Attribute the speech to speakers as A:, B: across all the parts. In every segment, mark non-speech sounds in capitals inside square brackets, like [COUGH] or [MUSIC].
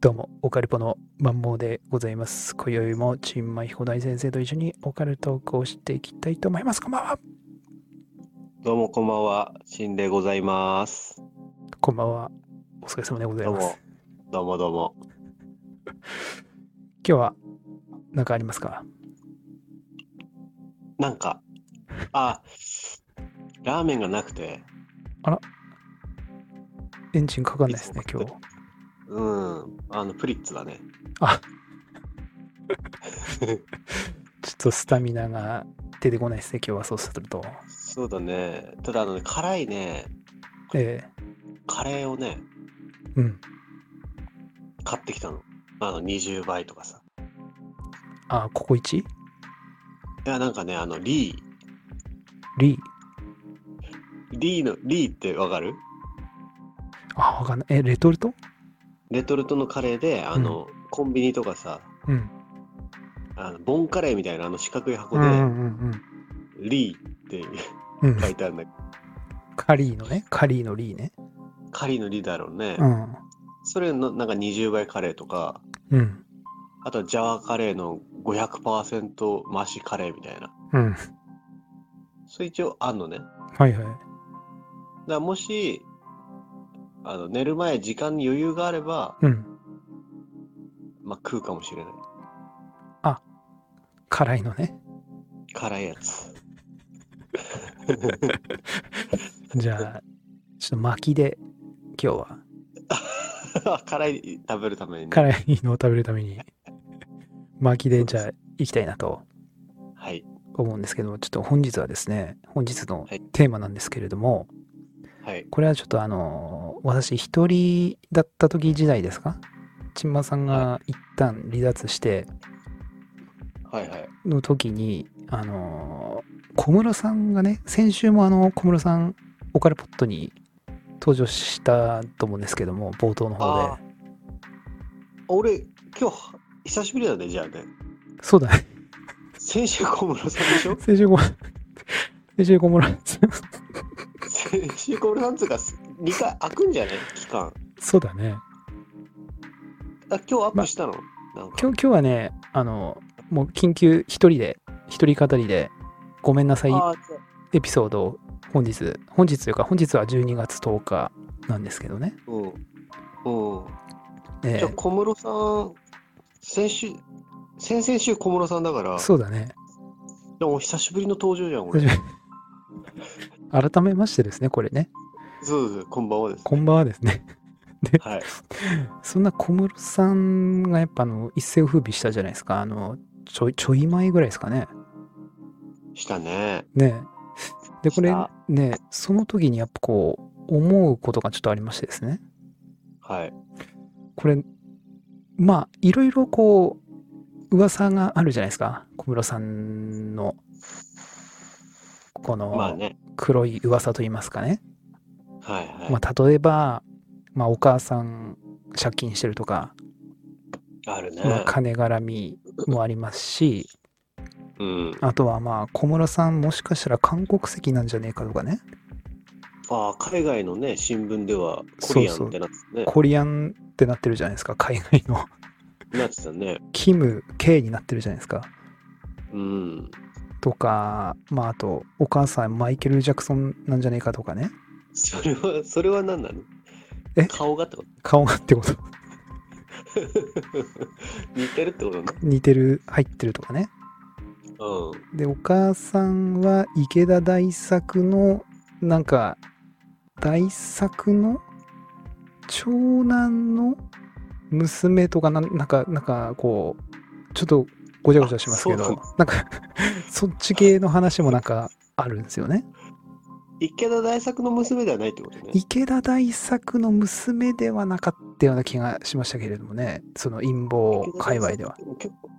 A: どうも、オカルポの万望でございます。今宵も、チンマイ彦大先生と一緒にオカルトークをしていきたいと思います。こんばんは。
B: どうもこんばんは、しんでございます。
A: こんばんは。お疲れ様でござい
B: どう
A: ます。
B: も、どうもどうも。
A: 今日は、何かありますか
B: なんか、あ、ラーメンがなくて、
A: エンジンかかんないですね、
B: いつも
A: 今
B: 食
A: 日
B: っ。うん、あの、プリッツだね。
A: ちょっとスタミナが出てこないですね、今日はそうすると。
B: そうだね。ただ、あのね、辛いね、
A: え
B: カレーをね、
A: えうん。
B: 買ってきたの。あの、20倍とかさ。
A: あ、ココイチ
B: いや、なんかね、あの、リー、
A: リー。
B: リーの、リーってわかる
A: あ、わかんない。え、レトルト
B: レトルトのカレーで、あの、コンビニとかさ、
A: うん。
B: あのボンカレーみたいなあの四角い箱
A: うん
B: で、
A: うんうん
B: リーっ
A: うん。うん
B: て書いてあるんだけど、
A: カリーのね、カリーのリーね。
B: カリーのリーだろうね。
A: うん。
B: それのなんか20倍カレーとか、
A: うん。
B: あとはジャワカレーの500%増しカレーみたいな。
A: うん。
B: それ一応あんのね。だか
A: はいはい。
B: らもし、あの寝る前時間に余裕があれば、
A: うん。
B: まあ、食うかもしれない。
A: 辛いのね。
B: 辛いやつ。 [LAUGHS]
A: じゃあ、ちょっと巻きで、今日は、
B: 辛い食べるためにね。
A: 辛いのを食べるために、巻きで、じゃあ、行きたいなと
B: はい。
A: 思うんですけども、ちょっと本日はですね、本日の
B: はい
A: テーマなんですけれども、
B: はい。
A: これはちょっとあの、私、一人だった時時代ですかちんまさんが一旦離脱して
B: はいはい。
A: の時に、あの、小室さんがね、先週もあの、小室さん、オカルポットに登場したと思うんですけども、冒頭の方で
B: あ。俺、今日、久しぶりだね、じゃあね。
A: そうだね
B: 先週小室さんでし
A: [LAUGHS]
B: ょ
A: 先週ご、先週ごもらん。
B: 先週小室さんっつうか、2回開くんじゃない期間。
A: そうだね。
B: あ、今日アップしたの、なん
A: 今
B: か
A: 日、今日はね、あの、もう緊急一人で、一人語りで、ごめんなさい
B: あーそう
A: エピソードを本日、本日というか、本日は12月10日なんですけどね。
B: うん。うん。
A: ええ
B: じゃあ小室さん、先週、先々週小室さんだから、
A: そうだね。
B: でも久しぶりの登場じゃ
A: [LAUGHS]
B: ん、俺。
A: 久し改めましてですね、これね。
B: そうです、こんばん
A: [LAUGHS]
B: はです。
A: こんばんはですね。
B: はい。
A: そんな小室さんがやっぱあの一世を風靡したじゃないですか。あの、ちょい、ちょい前ぐらいですかね。
B: したね。
A: ねえ。で、これ
B: した
A: ね、その時にやっぱこう、思うことがちょっとありましてですね。
B: はい。
A: これ、まあ、いろいろこう、噂があるじゃないですか。小室さんの、こ
B: まあ
A: の
B: ね。
A: 黒い噂といいますかね。
B: はいはい。
A: まあ、例えば、まあ、お母さん借金してるとか、
B: あるね。
A: まあ金絡みもありますし、
B: うん。
A: あとはまあ、小室さんもしかしたら韓国籍なんじゃねえかとかね。
B: ああ、海外のね、新聞では、
A: そうそう
B: コリアンってなってたね。
A: コリアンってなってるじゃないですか、海外の。
B: なってたね。
A: キム、K になってるじゃないですか。
B: うん。
A: とか、まあ、あと、お母さん、マイケル・ジャクソンなんじゃねえかとかね。
B: それは、それは何なの
A: え
B: 顔がってこと
A: 顔がってこと。 [LAUGHS]
B: [LAUGHS] 似てるってことね。
A: 似てる、入ってるとかね。
B: うん。
A: で、お母さんは、池田大作の、なんか、大作の、長男の娘とかなん、なんか、なんか、こう、ちょっと、ごちゃごちゃしますけ
B: あ
A: ど、
B: そう
A: なんか、 [LAUGHS] そっち系の話もなんか、あるんですよね。
B: 池田大作の娘ではないってことね。
A: 池田大作の娘ではなかったような気がしましたけれどもね、その陰謀界隈では。
B: 結構、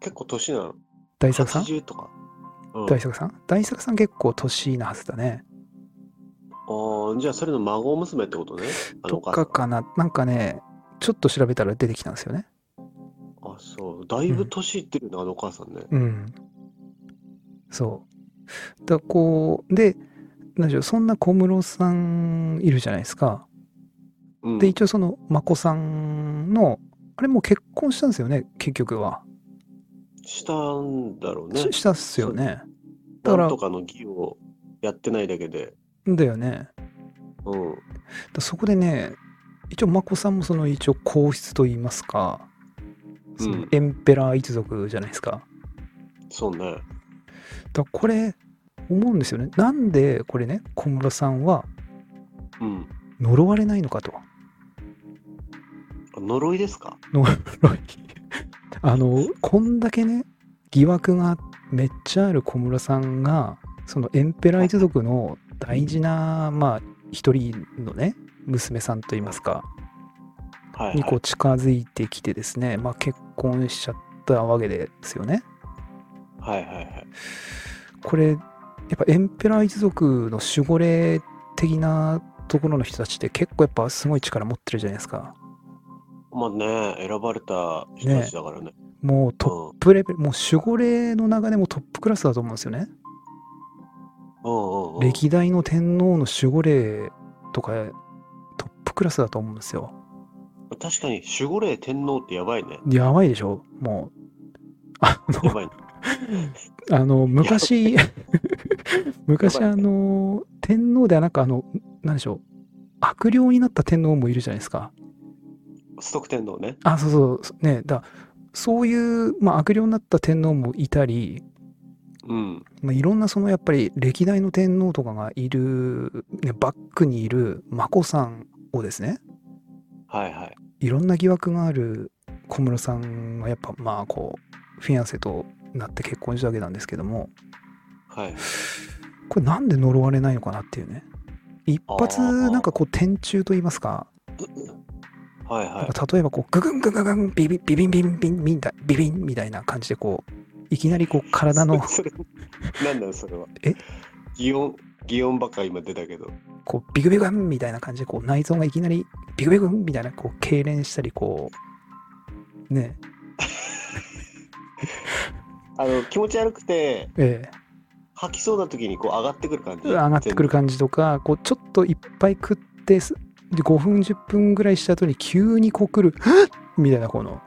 B: 結構年なの。
A: 大作さん
B: ?80 とか。うん、
A: 大作さん大作さん結構年なはずだね。
B: ああ、じゃあそれの孫娘ってことね。あの
A: と
B: お母さ
A: か
B: ん
A: かな、なんかね、ちょっと調べたら出てきたんですよね。
B: あそう。だいぶ年いってるね、あのお母さんね。
A: うん。そう。だこう、で、なんでしょう、そんな小室さんいるじゃないですか。
B: うん、
A: で、一応その、眞子さんのあれもう結婚したんですよね、結局は。
B: したんだろうね。
A: ししたっすよね。だか
B: な
A: ら
B: んとかの儀をやってないだけで。
A: だよね。
B: うん。
A: だそこでね、一応、眞子さんもその一応皇室といいますか、その
B: うん
A: エンペラー一族じゃないですか。
B: そうね。
A: だからこれ、思うんですよね。なんでこれね、小室さんは
B: うん。
A: 呪われないのかと。
B: あ呪いですか
A: 呪い [LAUGHS] あのこんだけね疑惑がめっちゃある小室さんがそのエンペラー一族の大事なまあ一人のね娘さんといいますか
B: はい、はい。
A: にこう近づいてきてですね、まあ、結婚しちゃったわけですよね。
B: はいはいはい。
A: これやっぱエンペラー一族の守護霊的なところの人たちって結構やっぱすごい力持ってるじゃないですか。
B: まあね、選ばれた人たちだからね。
A: もうト
B: う
A: ッ
B: ん
A: プレベル、もう守護霊の中でもトップクラスだと思うんですよね。
B: うんうんうん。
A: 歴代の天皇の守護霊とかトップクラスだと思うんですよ。
B: 確かに守護霊天皇ってやばいね。
A: やばいでしょもう。あ
B: や
A: の、
B: ばいね。
A: あの昔
B: [LAUGHS] や、
A: 昔
B: やば
A: あ
B: いね
A: の、天皇ではなくあの、なんでしょう。悪霊になった天皇もいるじゃないですか。
B: [LAUGHS] ストック天皇ね。
A: あ、そうそうそう。ね、だそういう、まあ、悪霊になった天皇もいたり、
B: うん。
A: まあ、いろんなそのやっぱり歴代の天皇とかがいる、ね、バックにいる眞子さんをですね、
B: はいはい。
A: いろんな疑惑がある小室さんはやっぱまあこうフィアンセとなって結婚したわけなんですけども
B: はい。
A: これなんで呪われないのかなっていうね一発
B: あー
A: なんかこう天柱と言いますか
B: はいはい。
A: 例えばこうググンググングンビビビビンビンビンビンだビビンみたいな感じでこういきなりこう体の
B: [LAUGHS] それ、なんだよ、それは。
A: え
B: 擬音、擬音ばっか今出たけど。
A: こうビグビグンみたいな感じでこう内臓がいきなりビグビグンみたいなこう痙攣したりこうね
B: あの、気持ち悪くて、
A: ええ
B: 吐きそうな時にこう上がってくる感じ。
A: 上がってくる感じとかこうちょっといっぱい食ってすで5分10分ぐらいした後に急にこう来るはっみたいなこの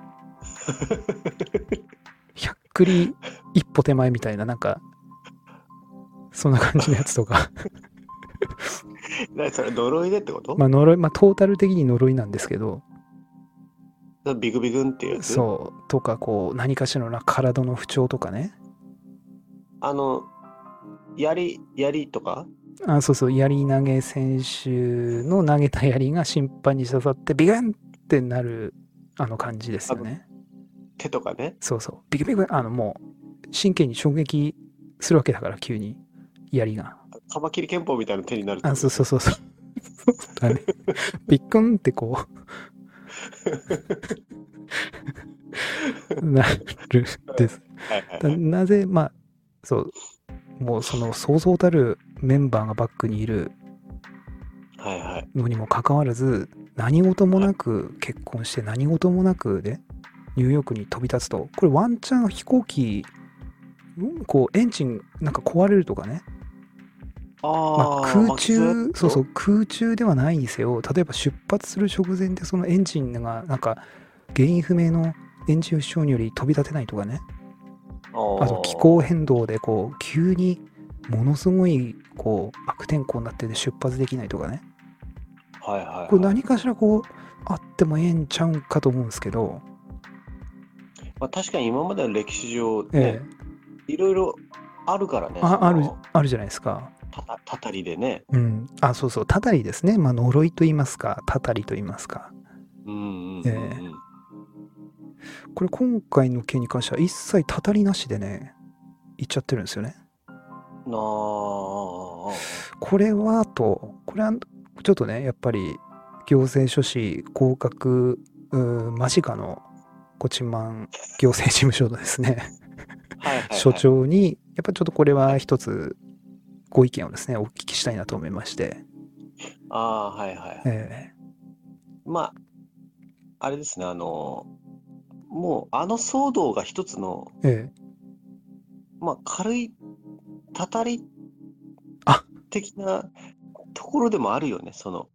B: [LAUGHS]
A: ひゃっくり一歩手前みたいななんかそんな感じのやつとか
B: 全部。なそれ、呪いでってこと、
A: まあ呪いまあトータル的に呪いなんですけど
B: ビグビグンっていうやつ。
A: そうとかこう何かしらの体の不調とかね
B: あの、槍、槍とか
A: あそうそう槍投げ選手の投げた槍が審判に刺さってビグンってなるあの感じですよね
B: 手とかね。
A: そうそう。ビクビク、あの、もう、神経に衝撃するわけだから、急に、槍が。
B: カマキリ拳法みたいな手になるってこと
A: あ、そうそうそうそう。そうだね。ビックンってこう、なるです。
B: はいはい
A: だ
B: はい。
A: なぜ、まあ、そう、もうその、そうそうたるメンバーがバックにいる
B: はいはい。
A: のにもかかわらず、何事もなく結婚して、何事もなくで、ニューヨークに飛び立つと、これワンチャン飛行機、んこうエンジンなんか壊れるとかね、ま
B: あ
A: あ、
B: ー
A: 空中
B: ま、あ
A: そうそう、空中ではないにせよ、例えば出発する直前でそのエンジンがなんか原因不明のエンジン不祥により飛び立てないとかね、
B: あー
A: あと気候変動でこう急にものすごいこう悪天候になってて出発できないとかね、
B: はいはいはい
A: これ何かしらこうあってもええんちゃうんかと思うんですけど、
B: まあ、確かに今までの歴史上、ね
A: ええ、
B: いろいろあるからね。そ
A: あ
B: の
A: あるあるじゃないですか。
B: たたたたりでね。
A: うん、あそうそう、たたりですね、まあ、呪いと言いますか、たたりと言いますか。
B: うんうんうんうん、
A: ええこれ今回の件に関しては一切たたりなしでね言っちゃってるんですよね
B: なあ
A: これはとこれはちょっとねやっぱり行政書士合格うー間近のコチマン行政事務所のですね
B: はいはいはい、
A: 所長にやっぱちょっとこれは一つご意見をですねお聞きしたいなと思いまして、
B: ああはいはいはい、
A: え
B: まああれですねあのもうあの騒動が一つの、
A: えええ
B: まあ、軽いたたり
A: あ
B: 的なところでもあるよねその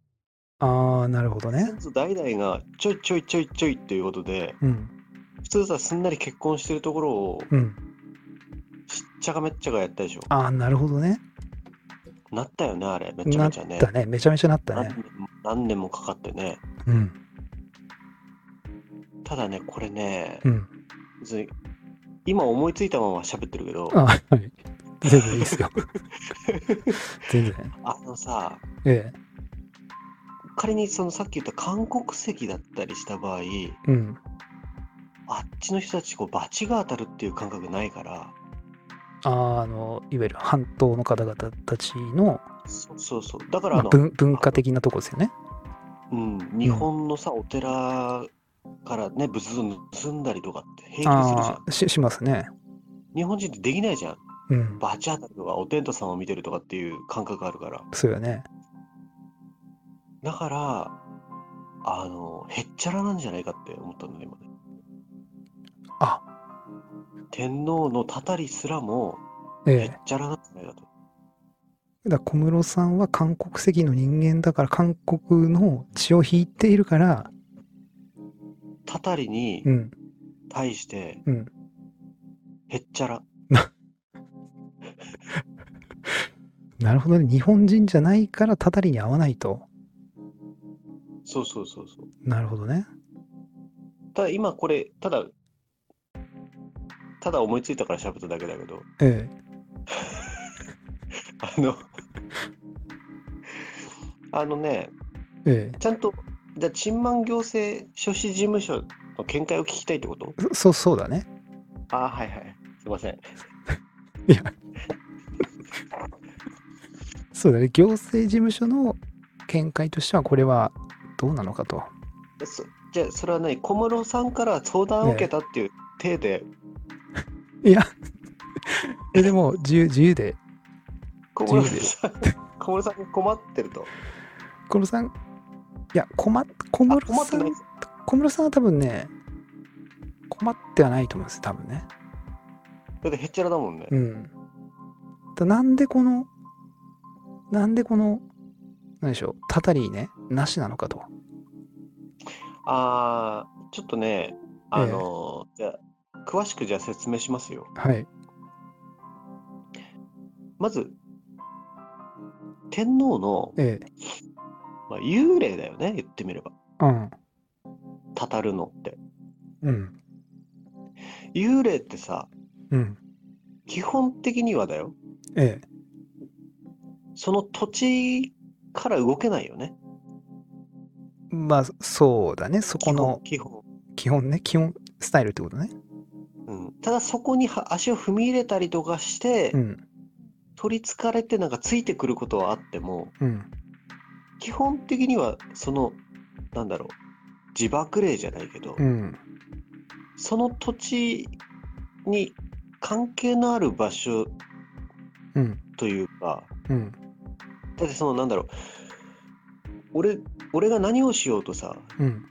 A: ああ、なるほどね。
B: 先祖代々がちょいちょいちょいちょいっていうことで
A: うん。
B: 普通さすんなり結婚してるところを
A: うん。
B: しっちゃかめっちゃかやったでしょ
A: ああ、なるほどね。
B: なったよねあれめちゃ
A: な
B: め
A: っ
B: ちゃね
A: たね。めちゃめちゃなった
B: 何
A: ね。
B: 年も何年もかかってね
A: うん。
B: ただねこれね
A: うん。
B: 別に今思いついたまま喋ってるけど
A: あはい。全然いいですよ。全然。
B: [LAUGHS] あのさ
A: ええ。
B: 仮にそのさっき言った韓国籍だったりした場合
A: うん。
B: あっちの人たちこう罰が当たるっていう感覚ないから
A: あーあの、いわゆる半島の方々たちの、
B: そうそうそうだから
A: まあ、
B: あの、
A: 文文化的なとこですよね。
B: うん、日本のさお寺からね仏像盗んだりとかって平気でするじゃ
A: あ
B: ん
A: あ、ししますね。
B: 日本人ってできないじゃん
A: うん。
B: バチ当たるとかお天道様を見てるとかっていう感覚があるから
A: そうよね。
B: だからあのへっちゃらなんじゃないかって思ったんだね今ね
A: あ
B: 天皇のたたりすらも
A: え
B: へっ
A: え。
B: ちゃらなんじゃないかと、
A: だから小室さんは韓国籍の人間だから、韓国の血を引いているから、
B: たたりに
A: うん。
B: 対して
A: うん。
B: へっちゃら
A: なるほどね。日本人じゃないから、たたりに合わないと。
B: そうそうそうそう
A: なるほどね。
B: ただ今これただただ思いついたから喋っただけだけど [LAUGHS]
A: え
B: あの [LAUGHS] あのね
A: え。ええ。
B: ちゃんとじゃあ陳満行政書士事務所の見解を聞きたいってこと
A: そそう、そうだね。
B: ああはいはいすいません
A: そうだね。行政事務所の見解としては、これはどうなのかと。
B: そじゃあそれは何小室さんから相談を受けたっていう体で、
A: いや、 [LAUGHS] えでも自由、自由で、
B: 小室さん [LAUGHS] 小室さんが困ってると
A: 小室さん、いや、困小
B: あ
A: 室
B: 困っ
A: さ
B: てない
A: ん、小室さんは多分ね、困ってはないと思うんですよ、多分ね。
B: だってへっちゃらだもんね、
A: うん。だなんでこの、なんでこの、何でしょう、たたりね、なしなのかと。
B: ああちょっとねあのーじゃあ詳しくじゃあ説明しますよ
A: はい。
B: まず天皇の、
A: ええ。
B: まあ、幽霊だよね言ってみれば
A: うん。
B: たたるのって
A: うん。
B: 幽霊ってさ
A: うん。
B: 基本的にはだよ
A: ええ。
B: その土地から動けないよね
A: まあ、そうだね。そこの
B: 基本
A: 基本ね、基本スタイルってことね。
B: 基本、うん、ただそこには足を踏み入れたりとかして、
A: うん。
B: 取りつかれてなんかついてくることはあっても
A: うん。
B: 基本的にはそのなんだろう自爆霊じゃないけど、
A: うん。
B: その土地に関係のある場所
A: うん。
B: というか
A: うん。
B: だってそのなんだろう俺俺が何をしようとさ
A: うん。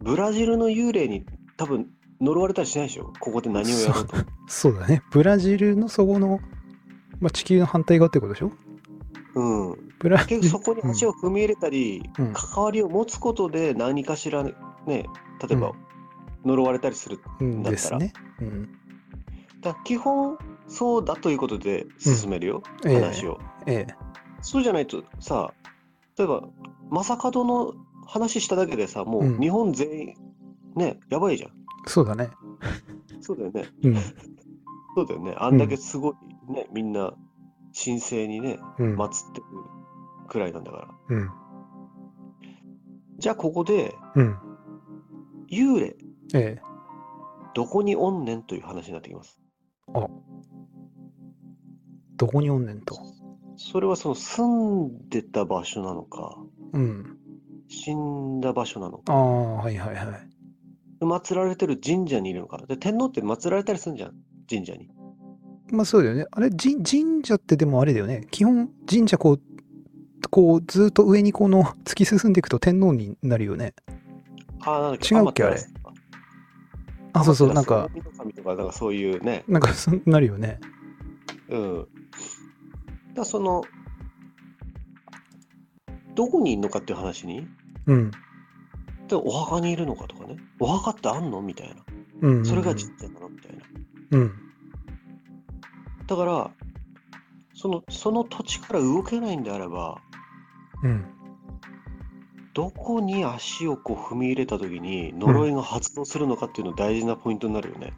B: ブラジルの幽霊に多分呪われたりしないでしょここで何をやろうと
A: そうだね。ブラジルのそこの、まあ、地球の反対側ってことでしょ
B: うん
A: ブラジ
B: 結
A: ル
B: 局そこに足を踏み入れたり、
A: うん
B: 関わりを持つことで何かしらね例えば
A: う
B: 呪われたりする、
A: うん
B: だったら
A: ですね。うん。
B: だから基本そうだということで進めるよ、
A: ええ
B: 話を、
A: ええ。
B: そうじゃないとさ例えば正門の話しただけでさも
A: うん
B: う日本全員、ねやばいじゃん
A: そうだね。
B: そうだよね
A: うん。
B: そうだよねあんだけすごいね、みんな神聖にね
A: うん。
B: 祀ってるくらいなんだから
A: うん。
B: じゃあここで
A: うん。
B: 幽霊
A: ええ。
B: どこにおんねんという話になってきます
A: どこにおんねんと。
B: それはその住んでた場所なのか、
A: うん。
B: 死んだ場所なのか、
A: ああ、はいはいはい。
B: 祀られてる神社にいるのか。で、天皇って祀られたりするんじゃん、神社に。
A: まあそうだよね。あれ、神神社ってでもあれだよね。基本、神社こう、こう、ずっと上にこの突き進んでいくと天皇になるよね。
B: ああ、なんだっけ、
A: 違うっけあれ
B: 天照大神
A: あ、そうそう、なんか、
B: 天照大神とか、なんかそういうね、
A: なんか、そうなるよね。
B: うん。だからその、どこにいるのかっていう話に
A: うん。
B: でお墓にいるのかとかねお墓ってあんのみたいな
A: うん。
B: それが実態なのみたいな
A: うん。
B: だからそのその土地から動けないんであれば
A: うん。
B: どこに足をこう踏み入れた時に呪いが発動するのかっていうの大事なポイントになるよね、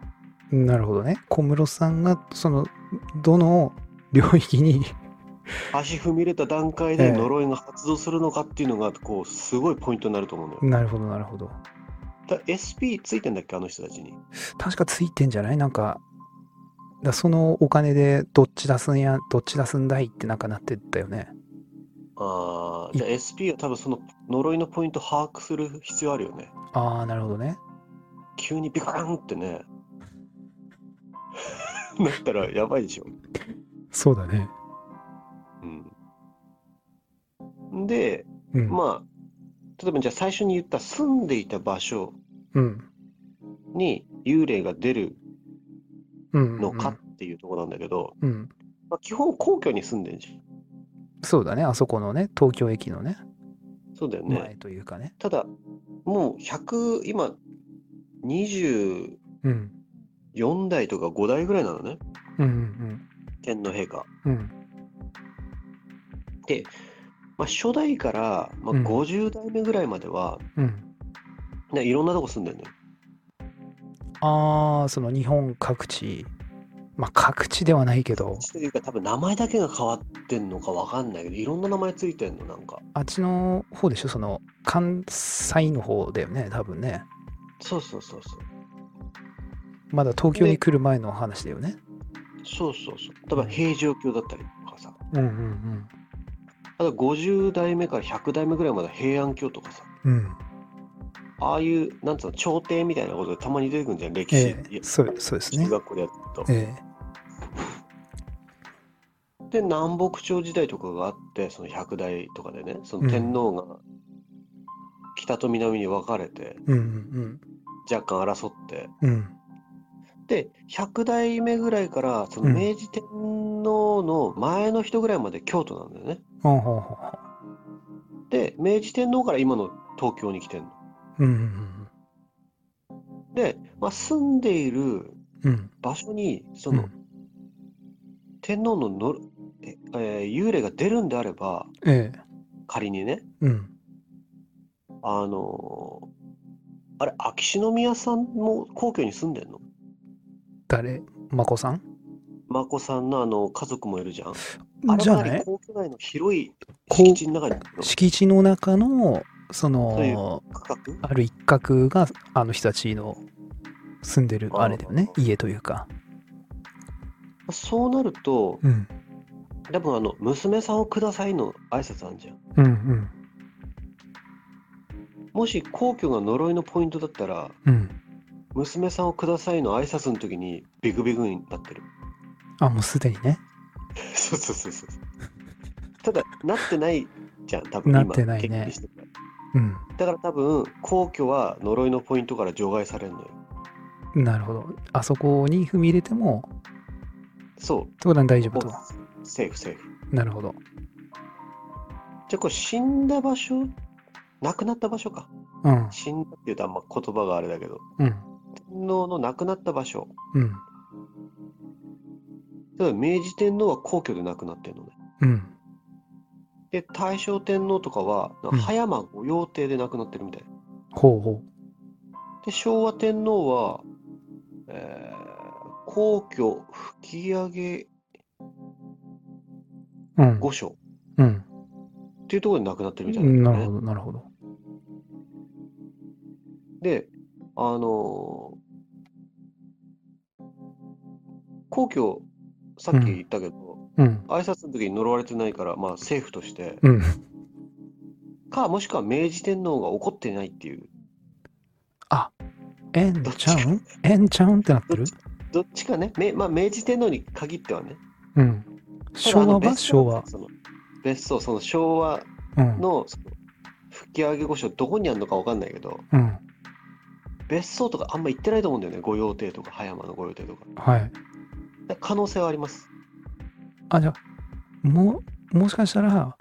A: なるほどね。小室さんが、その、どの領域に、 [LAUGHS]
B: 足踏み入れた段階
A: ええ
B: で呪いが発動するのかっていうのがこうすごいポイントになると思うのよ
A: なるほど、なるほど。
B: だ SP ついてんだっけあの人たちに
A: 確かついてんじゃないなんか、だそのお金でどっち出すんや、どっち出すんだいってなんかなってったよね。
B: ああじゃあ SP は多分その呪いのポイントを把握する必要あるよね
A: ああ、なるほどね。
B: 急にビカーンってね [LAUGHS] なったらやばいでしょ、
A: そうだね。
B: うん、で
A: うん。
B: まあ例えばじゃあ最初に言った住んでいた場所
A: うん。
B: に幽霊が出る
A: うん。
B: のかっていうところなんだけど、
A: うん。うん。
B: まあ、基本皇居に住んでんじゃ
A: そうだね。あそこのね、東京駅のね、
B: んそうだよね、
A: 前というかね。
B: ただもう100今24
A: うん。
B: 代とか5代ぐらいなのね
A: うんうん
B: 天皇陛下
A: うん。うん。
B: で、まあ、初代から、まあ、
A: うん
B: 50代目ぐらいまでは、
A: うん。
B: ねいろんなとこ住んでるのよ
A: ああ、その日本各地。まあ、各地ではないけど。
B: というか多分名前だけが変わってんのかわかんないけどいろんな名前ついてんのなんか
A: あっちの方でしょその関西の方だよね多分ね
B: そうそうそうそう
A: まだ東京に来る前の話だよね
B: そうそうそう多分平城京だったりとかさ
A: うんうん
B: あと50代目から100代目ぐらいまで平安京とかさ
A: うんうん
B: ああいうなんつうの朝廷みたいなことでたまに出てくるじゃん歴史、
A: ええ
B: いや
A: そうそうですね
B: 中学校でやると、
A: え
B: で南北朝時代とかがあってその100代とかでねその天皇が北と南に分かれて
A: えうん
B: 若干争って
A: うんうん
B: で100代目ぐらいからその明治天皇の前の人ぐらいまで京都なんだよね、
A: ほうほうほうほ
B: で明治天皇から今の東京に来てんの
A: ううんうん
B: で、まあ、住んでいる
A: うんうん
B: 場所にそうの
A: ん
B: 天皇のの、ええー幽霊が出るんであれば
A: ええ
B: 仮にね
A: うん
B: あのーあれ秋篠宮さんも皇居に住んでんの
A: 誰眞子さん
B: 眞子さんのあの家族もいるじゃんあれ
A: じゃ
B: か
A: あ
B: なり
A: ね
B: 皇居内の広い
A: こう
B: 敷地の中にあるの
A: 敷地の中のそ
B: そういう
A: の
B: 区
A: あ
B: 画
A: る一角があの人たちの住んでる
B: あー
A: あれだよね家というか
B: そうなると
A: うん
B: 多分あの娘さんをくださいの挨拶あんじゃん
A: うんうん
B: もし皇居が呪いのポイントだったら
A: うん
B: 娘さんをくださいの挨拶の時にビグビグになっ
A: [LAUGHS]
B: てる
A: あもうすでにね
B: そうそうそうそうただなってないじゃん多分
A: な
B: 今
A: ってないね
B: 決起してるから
A: うん
B: だから多分皇居は呪いのポイントから除外されるのよ
A: なるほど。あそこに踏み入れても、
B: そ
A: 特段大丈
B: う
A: 夫
B: も
A: と。
B: うセーフセーフ
A: なるほど。
B: じゃあこれ死んだ場所亡くなった場所か
A: うん、
B: 死んだっていうとあんま言葉があれだけど
A: うん、
B: 天皇の亡くなった場所
A: うん、
B: 例えば明治天皇は皇居で亡くなってるのね
A: うん。
B: で大正天皇とかは
A: ん
B: 葉山御用邸で亡くなってるみたい
A: ほうほ
B: で昭和天皇は、えー皇居吹上
A: う。うん、
B: 御所
A: うん。
B: っていうところで亡くなってるみたい
A: な
B: な,、
A: るほど、なるほど。
B: であのー皇居さっき言ったけど、
A: うん、
B: 挨拶の時に呪われてないから、まあ、政府として
A: うん。
B: かもしくは明治天皇が怒ってないっていう
A: えんちゃうんえんちゃうんってなってる
B: どっちかね、めまあ、明治天皇に限ってはね
A: うん。
B: ただあ
A: 昭和は
B: の別荘
A: 昭和。
B: その別荘その昭和
A: うん、
B: のその吹き上げ御所どこにあるのかわかんないけど
A: うん。
B: 別荘とかあんま行ってないと思うんだよね御用邸とか葉山の御用邸とか
A: はい。
B: 可能性はあります
A: あ、じゃあも、もしかしたら、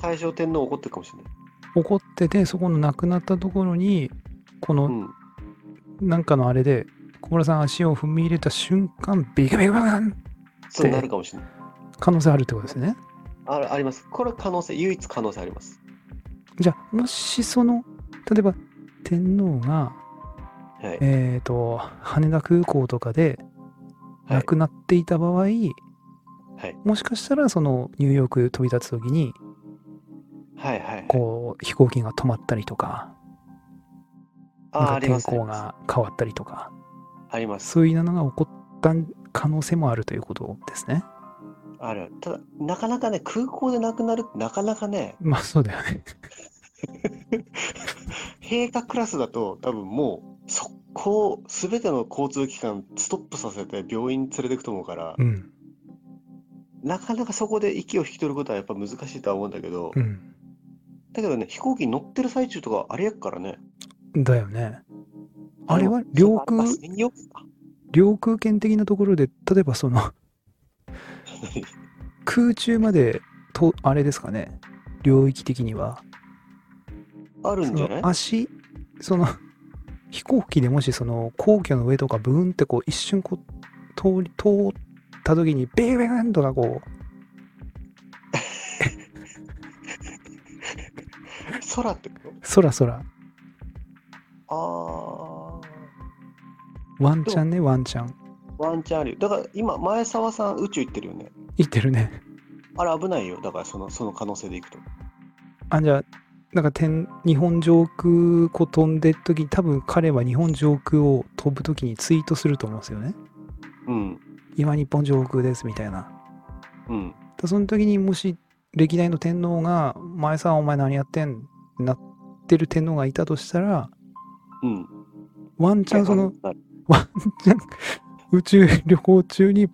B: 大正天皇怒ってるかもしれない。
A: 怒っててそこの亡くなったところにこ
B: う
A: の
B: ん。
A: なんかのあれで小村さん足を踏み入れた瞬間ビカビカビカビカ
B: そうなるかもしれない。
A: 可能性あるってことですね
B: あるあります。これは可能性、唯一可能性あります。
A: じゃあもしその例えば天皇が
B: はい。
A: えー、と羽田空港とかで
B: はい
A: 亡くなっていた場合、
B: はい
A: もしかしたらそのニューヨーク飛び立つ時に
B: はいはいはい。
A: こう飛行機が止まったりとか
B: あ
A: な
B: あ、あ
A: んか
B: りま
A: 天
B: す。あり
A: 候
B: ます
A: が変わったりとか
B: あります。
A: そういうのが起こった可能性もあるということですね。
B: ある。ただ、なかなかね、空港で亡くなるってなかなかね、
A: まあそうだよね。
B: 陛下クラスだと多分もう速攻すべての交通機関ストップさせて病院連れてくと思うから、
A: うん
B: なかなかそこで息を引き取ることはやっぱ難しいとは思うんだけど、
A: うん
B: だけどね飛行機に乗ってる最中とかあれやっからね
A: だよね。あれは
B: の
A: 領空
B: あ専用あ
A: 領空圏的なところで例えばそ
B: [LAUGHS]
A: の空中までとあれですかね領域的には。
B: ある
A: そ
B: んじゃない
A: の足その飛行機でもしその皇居の上とかブーンってこう一瞬こう通り通った時にベーベーンとかこう
B: 空ってこ
A: そらそら
B: とあ
A: ワンチャンねワンチャン
B: あワンチャンあるよだから今前澤さん宇宙行ってるよね
A: いってるね
B: あれ危ないよだからそのその可能性でいくと
A: あじゃあなんか天日本上空こう飛んでる時に多分彼は日本上空を飛ぶ時にツイートすると思うんですよね
B: うん
A: 今日本上空ですみたいな
B: うん
A: だその時にもし歴代の天皇が「前さんお前何やってん?」ってなってる天皇がいたとしたら
B: うん
A: ワンチャンその
B: なる
A: 宇宙旅行中に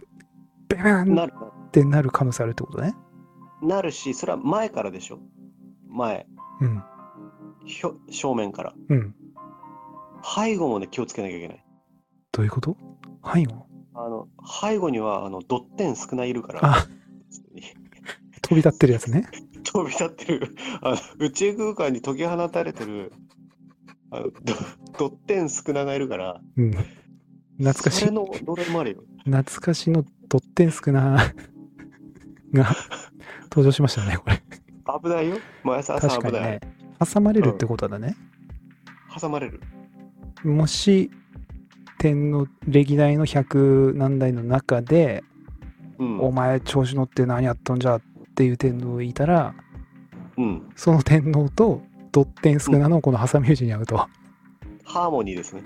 A: ベーンっ
B: なる
A: てなる可能性あるってことね。
B: なるしそれは前からでしょ前
A: うん。
B: ひょ正面から
A: うん。
B: 背後もね気をつけなきゃいけない
A: どういうこと背後
B: あの背後にはあのドッテン少ないいるから
A: あ、飛び立ってるやつね。
B: 飛び立ってるあの宇宙空間に解き放たれてるあのドドッテン少ながいるから
A: うん。懐かし
B: それ
A: い、
B: の呪いもあるよ
A: 懐かしのドッテンスクなが登場しましたね、これ。
B: 危ないよ毎朝朝
A: 確か
B: 危
A: に
B: ない、
A: ね。挟まれるってことだね。
B: 挟まれる
A: もし、天皇、歴代の百何代の中で、
B: うん
A: お前調子乗って何やっとんじゃっていう天皇がいたら、
B: うん
A: その天皇とドッテンスクナのこの挟み撃ちに遭うと。
B: ハーモニー
A: [LAUGHS]
B: ですね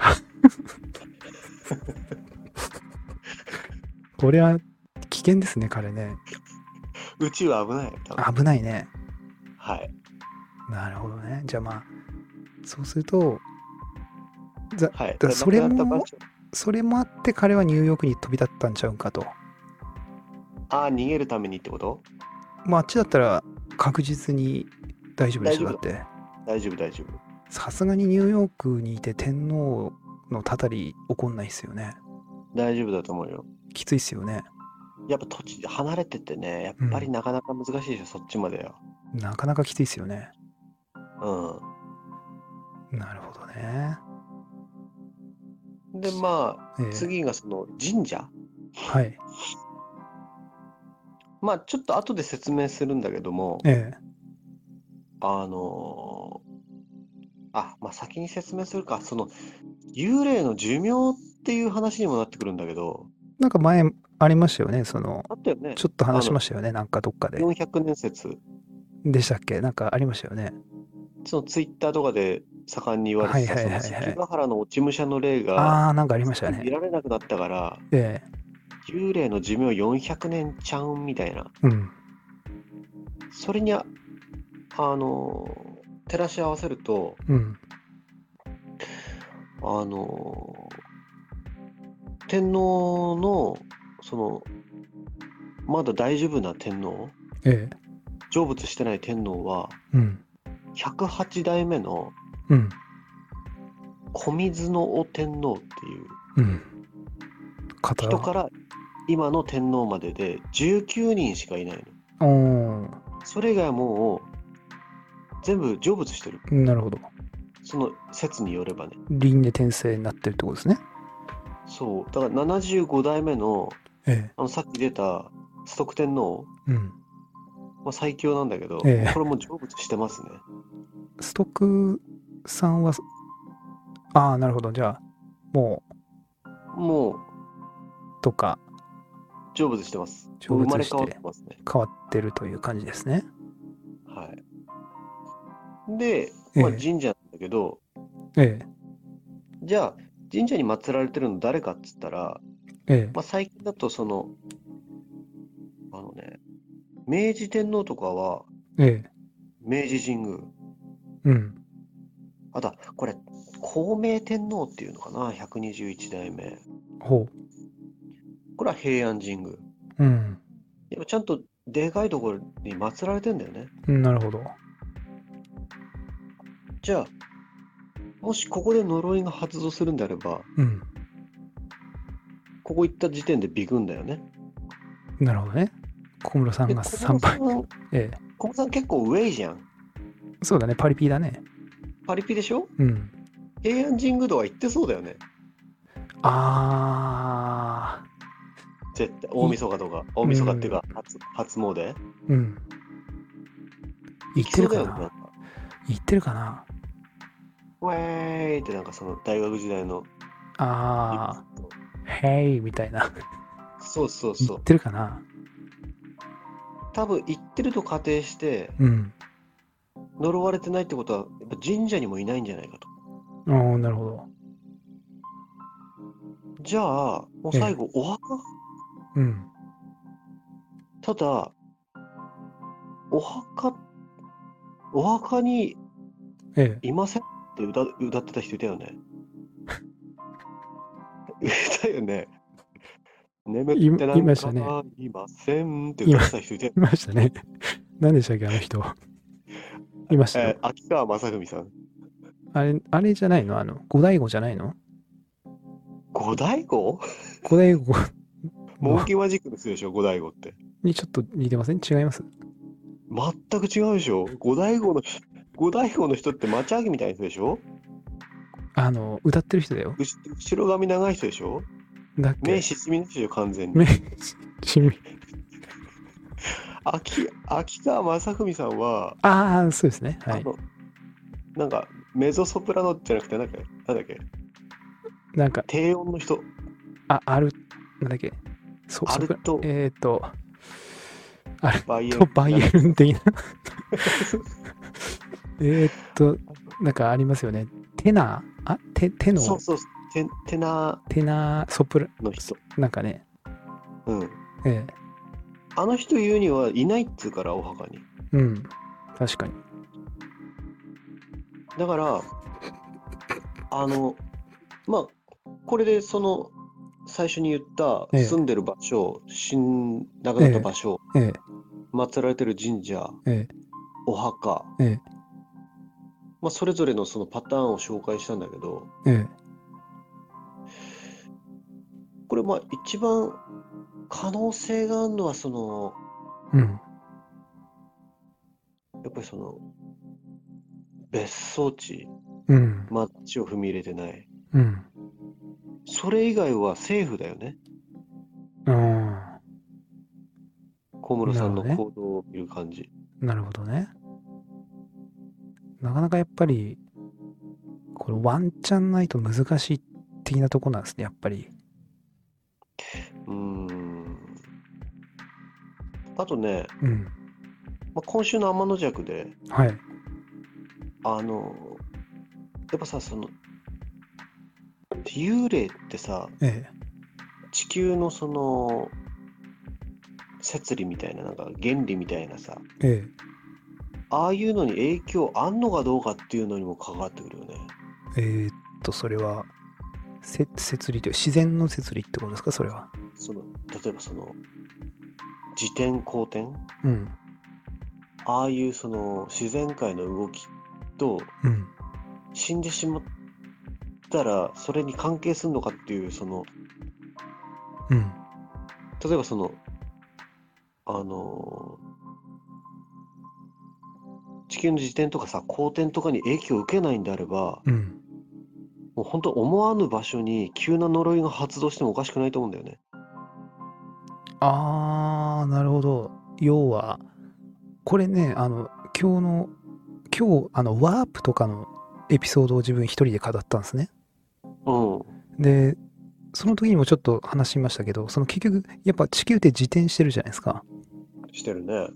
A: これは危険ですね、彼ね。
B: 宇宙は危ない多分
A: 危ないね。
B: はい
A: なるほどね。じゃあまあ、そうすると、
B: はい
A: だそれも
B: 亡くなった場所
A: それもあって彼はニューヨークに飛び立ったんちゃうんかと。
B: ああ逃げるためにってこと
A: まあ、あっちだったら確実に大丈夫でしょ、だ
B: 大丈
A: っ
B: 夫
A: て。
B: 大丈夫大丈夫
A: さすがにニューヨークにいて天皇のたたり起こんないっすよね。
B: 大丈夫だと思うよ
A: きついっすよね。
B: やっぱ土地離れててねやっぱりなかなか難しいでしょ、そっちまでよ
A: なかなかきついっすよね。
B: うん
A: なるほどね。
B: でま
A: え
B: あ
A: え
B: 次がその神社、
A: はい。
B: まあちょっと後で説明するんだけども
A: ええ
B: あのーあまあ先に説明するかその幽霊の寿命っていう話にもなってくるんだけど
A: なんか前ありましたよね。その、
B: あったよね
A: ちょっと話しましたよね。なんかどっかで。
B: 400年説
A: でしたっけなんかありましたよね。
B: そのツイッターとかで盛んに言われてた
A: はい
B: そ
A: はいは
B: の
A: いはい
B: 関ヶ原の落ち武者の霊が
A: ああー、なんかありましたね
B: 見。られなくなったから
A: え
B: 幽霊の寿命400年ちゃうんみたいな
A: えうん。
B: それにあ、あのー照らし合わせると、
A: うん。
B: あのー天皇の、その、まだ大丈夫な天皇、
A: ええ。
B: 成仏してない天皇は、
A: うん。
B: 108代目の
A: うん。
B: 小水の尾天皇っていう
A: うん。方
B: 人から今の天皇までで19人しかいないの。
A: おー
B: それ以外はもう全部成仏してる。
A: なるほど。
B: その説によればね。
A: 輪廻転生になってるってことですね。
B: そう。だから75代目の、
A: え
B: あのさっき出た崇徳天皇、
A: え。うん。
B: まあ、最強なんだけど、
A: ええ
B: これも成仏してますね。
A: ストックさんは、ああ、なるほど。じゃあ、も
B: もう
A: う、とか
B: 成仏してます。
A: 成
B: 生
A: 仏して
B: まれ変わってますね。
A: 変わってるという感じですね。
B: はい。で、まあ、
A: ええ
B: 神社なんだけど、
A: え
B: じゃあ神社に祀られてるの誰かっつったら、
A: え。え
B: まあ、最近だとそのあのね明治天皇とかは
A: え。ええ。
B: 明治神宮
A: うん。
B: あとはこれ孝明天皇っていうのかな121代目
A: ほ
B: これは平安神宮
A: う。うん。
B: やっぱちゃんとでかいところに祀られてんだよね
A: なるほど。
B: じゃあもしここで呪いが発動するんであれば
A: うん。
B: ここ行った時点でビグんだよね
A: なるほどね。小室さん
B: で
A: が
B: 小室
A: 参拝。
B: さん
A: ええ。
B: 小室さん結構ウェイじゃん
A: そうだね。パリピーだね。
B: パリピでしょ
A: うん。
B: 平安神宮とか行ってそうだよね
A: あ
B: 絶対大晦日とか大晦日っていうか初初詣
A: あ。うん。言ってるか
B: 行きそう
A: な
B: だよねんか
A: 言ってるかな
B: ウェーイってなんかその大学時代の
A: ああ。へいみたいな。
B: そうそうそ
A: 言
B: う
A: ってるかな
B: 多分行ってると仮定して
A: うん。
B: 呪われてないってことはやっぱ神社にもいないんじゃないかと
A: ああ、なるほど。
B: じゃあもう最後お墓
A: うん。
B: ただお墓お墓に
A: ええ。
B: いませんって歌歌ってた人いたよねいたよね眠ってないん
A: ました
B: か
A: ね
B: いませんって歌ってた人いたよね
A: いましたね。 [LAUGHS] 何でしたっけ、あの人。いましたよ
B: えー秋川雅史さん。
A: あれ、あれじゃないのあの、五大悟じゃないの
B: 五大悟
A: 五大悟
B: モンキーマジックの人でしょ、五大悟って。
A: にちょっと似てません違います
B: 全く違うでしょ。五大悟の、五大悟の人って町明みたいな人でしょ
A: あの、歌ってる人だよ。
B: うし後ろ髪長い人でしょ
A: だっ
B: 目
A: け
B: しみの人よ、完全に。
A: 名シミ
B: 秋秋川雅史さんは、
A: [LAUGHS] ああ、そうですね。は
B: あ
A: い。
B: の、なんか、メゾソプラノじゃなくて、なんか、なんだっけ、
A: なんか、
B: 低音の人、
A: あ、ある、なんだっけそ
B: ア
A: そ
B: ル
A: こ
B: ト、
A: えっと、あれ
B: バイエル
A: と、 [LAUGHS] バイエルン的な。 [LAUGHS] えーっと、なんかありますよね。テナーあ、テ、テの、
B: そうそうそう、テテナ
A: テナー、ソプラ、
B: ーの人。
A: なんかね。
B: うん。
A: ええ
B: あの人言うにはいないっつうから、お墓に。
A: うん。確かに。
B: だから、あの、まあ、これでその最初に言った
A: ええ
B: 住んでる場所、死ん亡くなった場所、
A: ええ
B: 祀られてる神社、
A: え
B: お墓、
A: ええ
B: まあ、それぞれのそのパターンを紹介したんだけど、
A: ええ
B: これまあ一番可能性があるのはその、
A: えうん。
B: やっぱりその、別荘地、
A: うん。
B: マッチを踏み入れてない。
A: うん。
B: それ以外はセーフだよね。
A: あ
B: 小室さんの
A: なる
B: 行動を見る感じ。
A: ーなるほどね。なかなかやっぱり、これワンチャンないと難しい的なとこなんですね、やっぱり。
B: うーんあとね、
A: うん。
B: まあ、今週の天の弱で、
A: はい。
B: あの、やっぱさ、その、幽霊ってさ、
A: え
B: 地球のその、摂理みたいな、なんか原理みたいなさ、
A: ええ
B: ああいうのに影響あんのかどうかっていうのにも関わってくるよね。
A: ええーっと、それは、せ摂理という、自然の摂理ってことですか、それは。
B: その、例えばその、自転公転
A: うん。
B: ああいうその自然界の動きと
A: うん。
B: 死んでしまったらそれに関係するのかっていうその
A: うん。
B: 例えばそのあのー地地球の自転とかさ公転とかに影響を受けないんであれば
A: うん。
B: もう本当思わぬ場所に急な呪いが発動してもおかしくないと思うんだよね。
A: あー、なるほど。要は、これね、あの、今日の、今日、あの、ワープとかのエピソードを自分一人で語ったんですね。
B: うん
A: で、その時にもちょっと話しましたけど、その結局、やっぱ地球って自転してるじゃないですか。
B: してるね。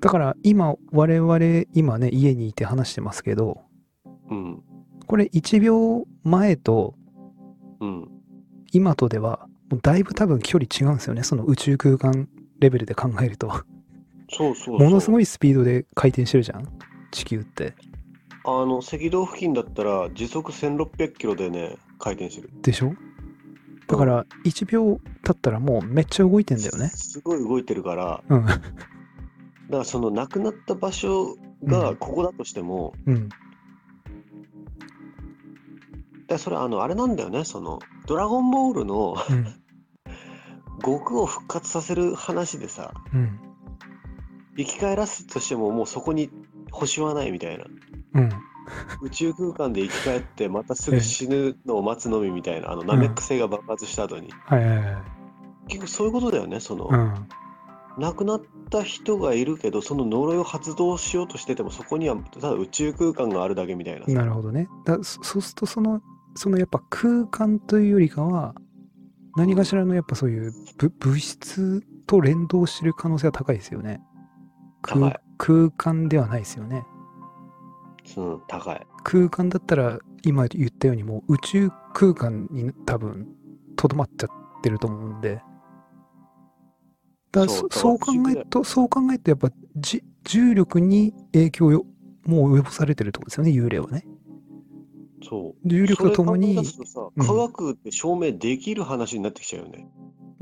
A: だから今、我々、今ね、家にいて話してますけど、
B: うん
A: これ1秒前と
B: うん
A: 今とでは、もうだいぶ多分距離違うんですよね。その宇宙空間レベルで考えると。
B: そうそうそう
A: ものすご
B: い
A: いスピードで回転してるじゃん地球って。
B: あの赤道付近だったら時速1600キロでね回転してる。
A: でしょだから1秒経ったらもうめっちゃ動いてんだよね。
B: すすごい動いてるから
A: うん。
B: だからその亡くなった場所
A: うん
B: がここだとしても、
A: うん。
B: だからそれあのあれなんだよねその「ドラゴンボール」の [LAUGHS]
A: うん。
B: 悟空を復活させる話でさ
A: うん。
B: 生き返らすとしてももうそこに星はないみたいな
A: うん。
B: 宇宙空間で生き
A: [LAUGHS]
B: 返ってまたすぐ死ぬのを待つのみみたいなあのナメック星が爆発した後に、
A: はいはいはい。
B: 結局そういうことだよねその、
A: うん。
B: 亡くなった人がいるけどその呪いを発動しようとしててもそこにはただ宇宙空間があるだけみたいなさ
A: なるほどね。だそそうするとその、そのやっぱ空間というよりかは、何かしらのやっぱそういうぶ物質と連動してる可能性は高いですよね。
B: 高
A: 空
B: い
A: 空間ではないですよね。
B: うん高い
A: 空間だったら今言ったようにもう宇宙空間に多分とどまっちゃってると思うんでだから
B: そ
A: そうそう考
B: だから不思議
A: える
B: だよ
A: とそう考えるとやっぱじ重力に影響をよもう及ぼされてるってことですよね幽霊はね
B: そう
A: 重力とともに
B: それ考え出すと
A: うん
B: さ科学って証明できる話になってきちゃうよね。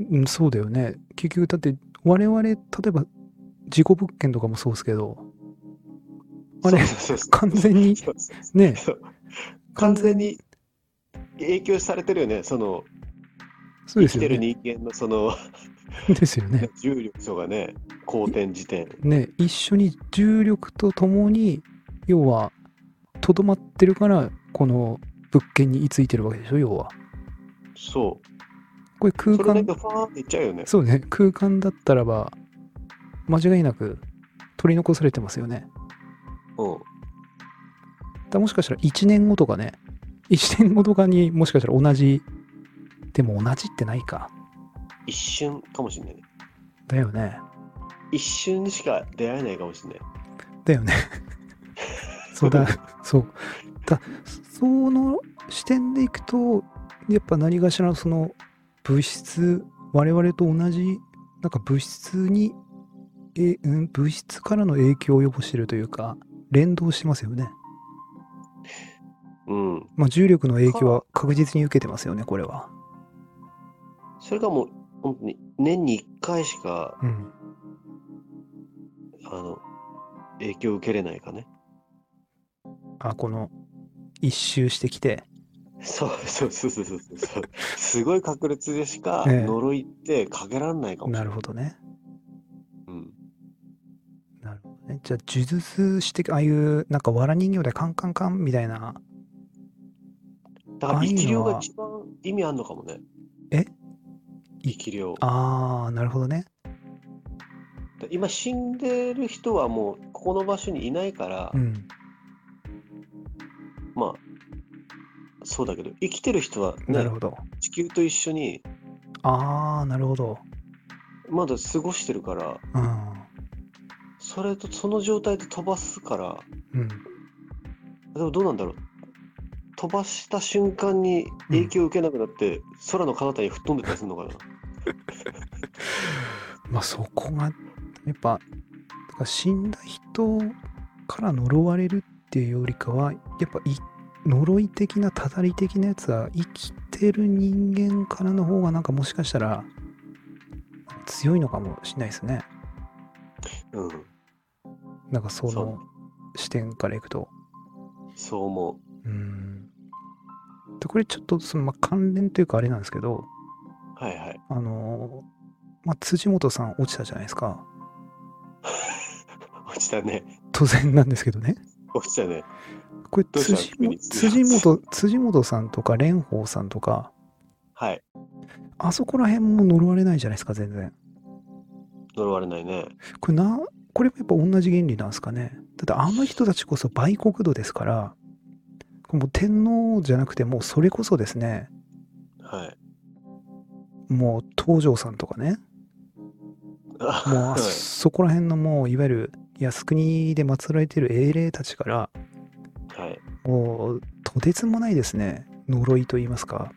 A: うんそうだよね結局だって我々例えば事故物件とかもそうですけどあれ
B: そうそうそう
A: 完全に
B: そうそうそ
A: ね
B: うそう完全に影響されてるよね、その
A: そうです
B: 生きて
A: よ
B: る
A: ね
B: 人間のその
A: ですよね
B: 重力とかね、好転時点。
A: ね、一緒に重力とともに要はとどまってるからこの物件に居ついてるわけでしょ要は
B: そ
A: これ
B: う。
A: 空
B: それだ
A: 間
B: けファーっていっちゃうよね。
A: そうね空間だったらば間違いなく取り残されてますよね
B: うん。
A: だもしかしたら1年後とかね1年後とかにもしかしたら同じでも同じってないか
B: 一瞬かもしれないね。
A: だよね
B: 一瞬にしか出会えないかもしれない。
A: だ [LAUGHS] よねそうだそうだその視点でいくとやっぱ何かしらその物質我々と同じなんか物質にえ、うん、物質からの影響を及ぼしてるというか連動してますよね、
B: うん。
A: まあ、重力の影響は確実に受けてますよねこれは、
B: それがもう、本当に年に一回しか、
A: うん、
B: あの、影響を受けれないかね。
A: あこの一周してきて
B: そうそうそうそうそうそう。すごい確率でしか
A: ええ
B: 呪いってかけられないかもし
A: な
B: れない。
A: るほどね
B: うん、
A: なるほどねじゃあ呪術してああいうなんか藁人形でカンカンカンみたいな
B: だか
A: あ
B: ら
A: あいうのは
B: 生き量が一番意味あるのかもね。
A: え
B: 生き量。
A: ああなるほどね
B: 今死んでる人はもうここの場所にいないから、
A: うん
B: まあそうだけど生きてる人は、
A: な
B: ね
A: る、ほど
B: 地球と一緒に
A: ああなるほど
B: まだ過ごしてるから
A: うん
B: それとその状態で飛ばすから
A: うん
B: でもどうなんだろう飛ばした瞬間に影響を受けなくなって、空の彼方に吹っ飛んでたりするのかな
A: まあそこがやっぱだから死んだ人から呪われるっていうよりかはやっぱい呪い的なたたり的なやつは生きてる人間からの方がなんかもしかしたら強いのかもしれないですね
B: うん
A: なんかそ
B: そう
A: の視点からいくと
B: そう思
A: うんでこれちょっとそのまあ関連というかあれなんですけど
B: うはいはい [LAUGHS]
A: あのまあ、辻元さん落ちたじゃないですか。
B: 落ちたね。
A: 当然なんですけどね。
B: 落ちたね。
A: これ
B: どうした
A: 辻
B: 急
A: も
B: に辻
A: 辻元、辻元さんとか蓮舫さんとか、
B: はい。
A: あそこら辺も呪われないじゃないですか、全然。
B: 呪われないね。
A: これな、これもやっぱ同じ原理なんですかね。だってあの人たちこそ売国奴ですから、もう天皇じゃなくてもうそれこそですね、
B: はい。 [LAUGHS]
A: もう東條さんとかね、もうあ
B: はい
A: そこら辺のもういわゆる靖国で祀られてる英霊たちから、
B: はい。
A: もうとてつもないですね、呪いと言いますか、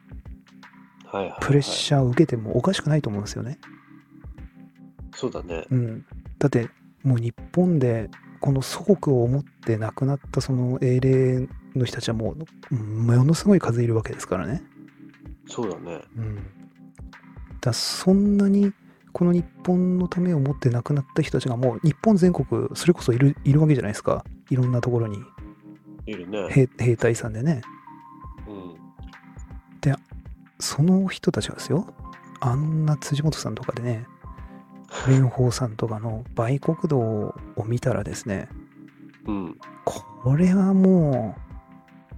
B: はい。はい
A: プレッシャーを受けてもおかしくないと思うんですよね。
B: はいそうだね。
A: うん、だってもう日本でこの祖国を思って亡くなったその英霊の人たちはもううんものすごい数いるわけですからね。
B: そうだね。
A: うん、だからそんなにこの日本のためを思って亡くなった人たちがもう日本全国それこそいるいるわけじゃないですかいろんなところに
B: いるね。
A: 兵兵隊さんでね
B: うん。
A: その人たちがですよあんな辻元さんとかでね蓮舫さんとかの売国道を見たらですね
B: うん。
A: これはもう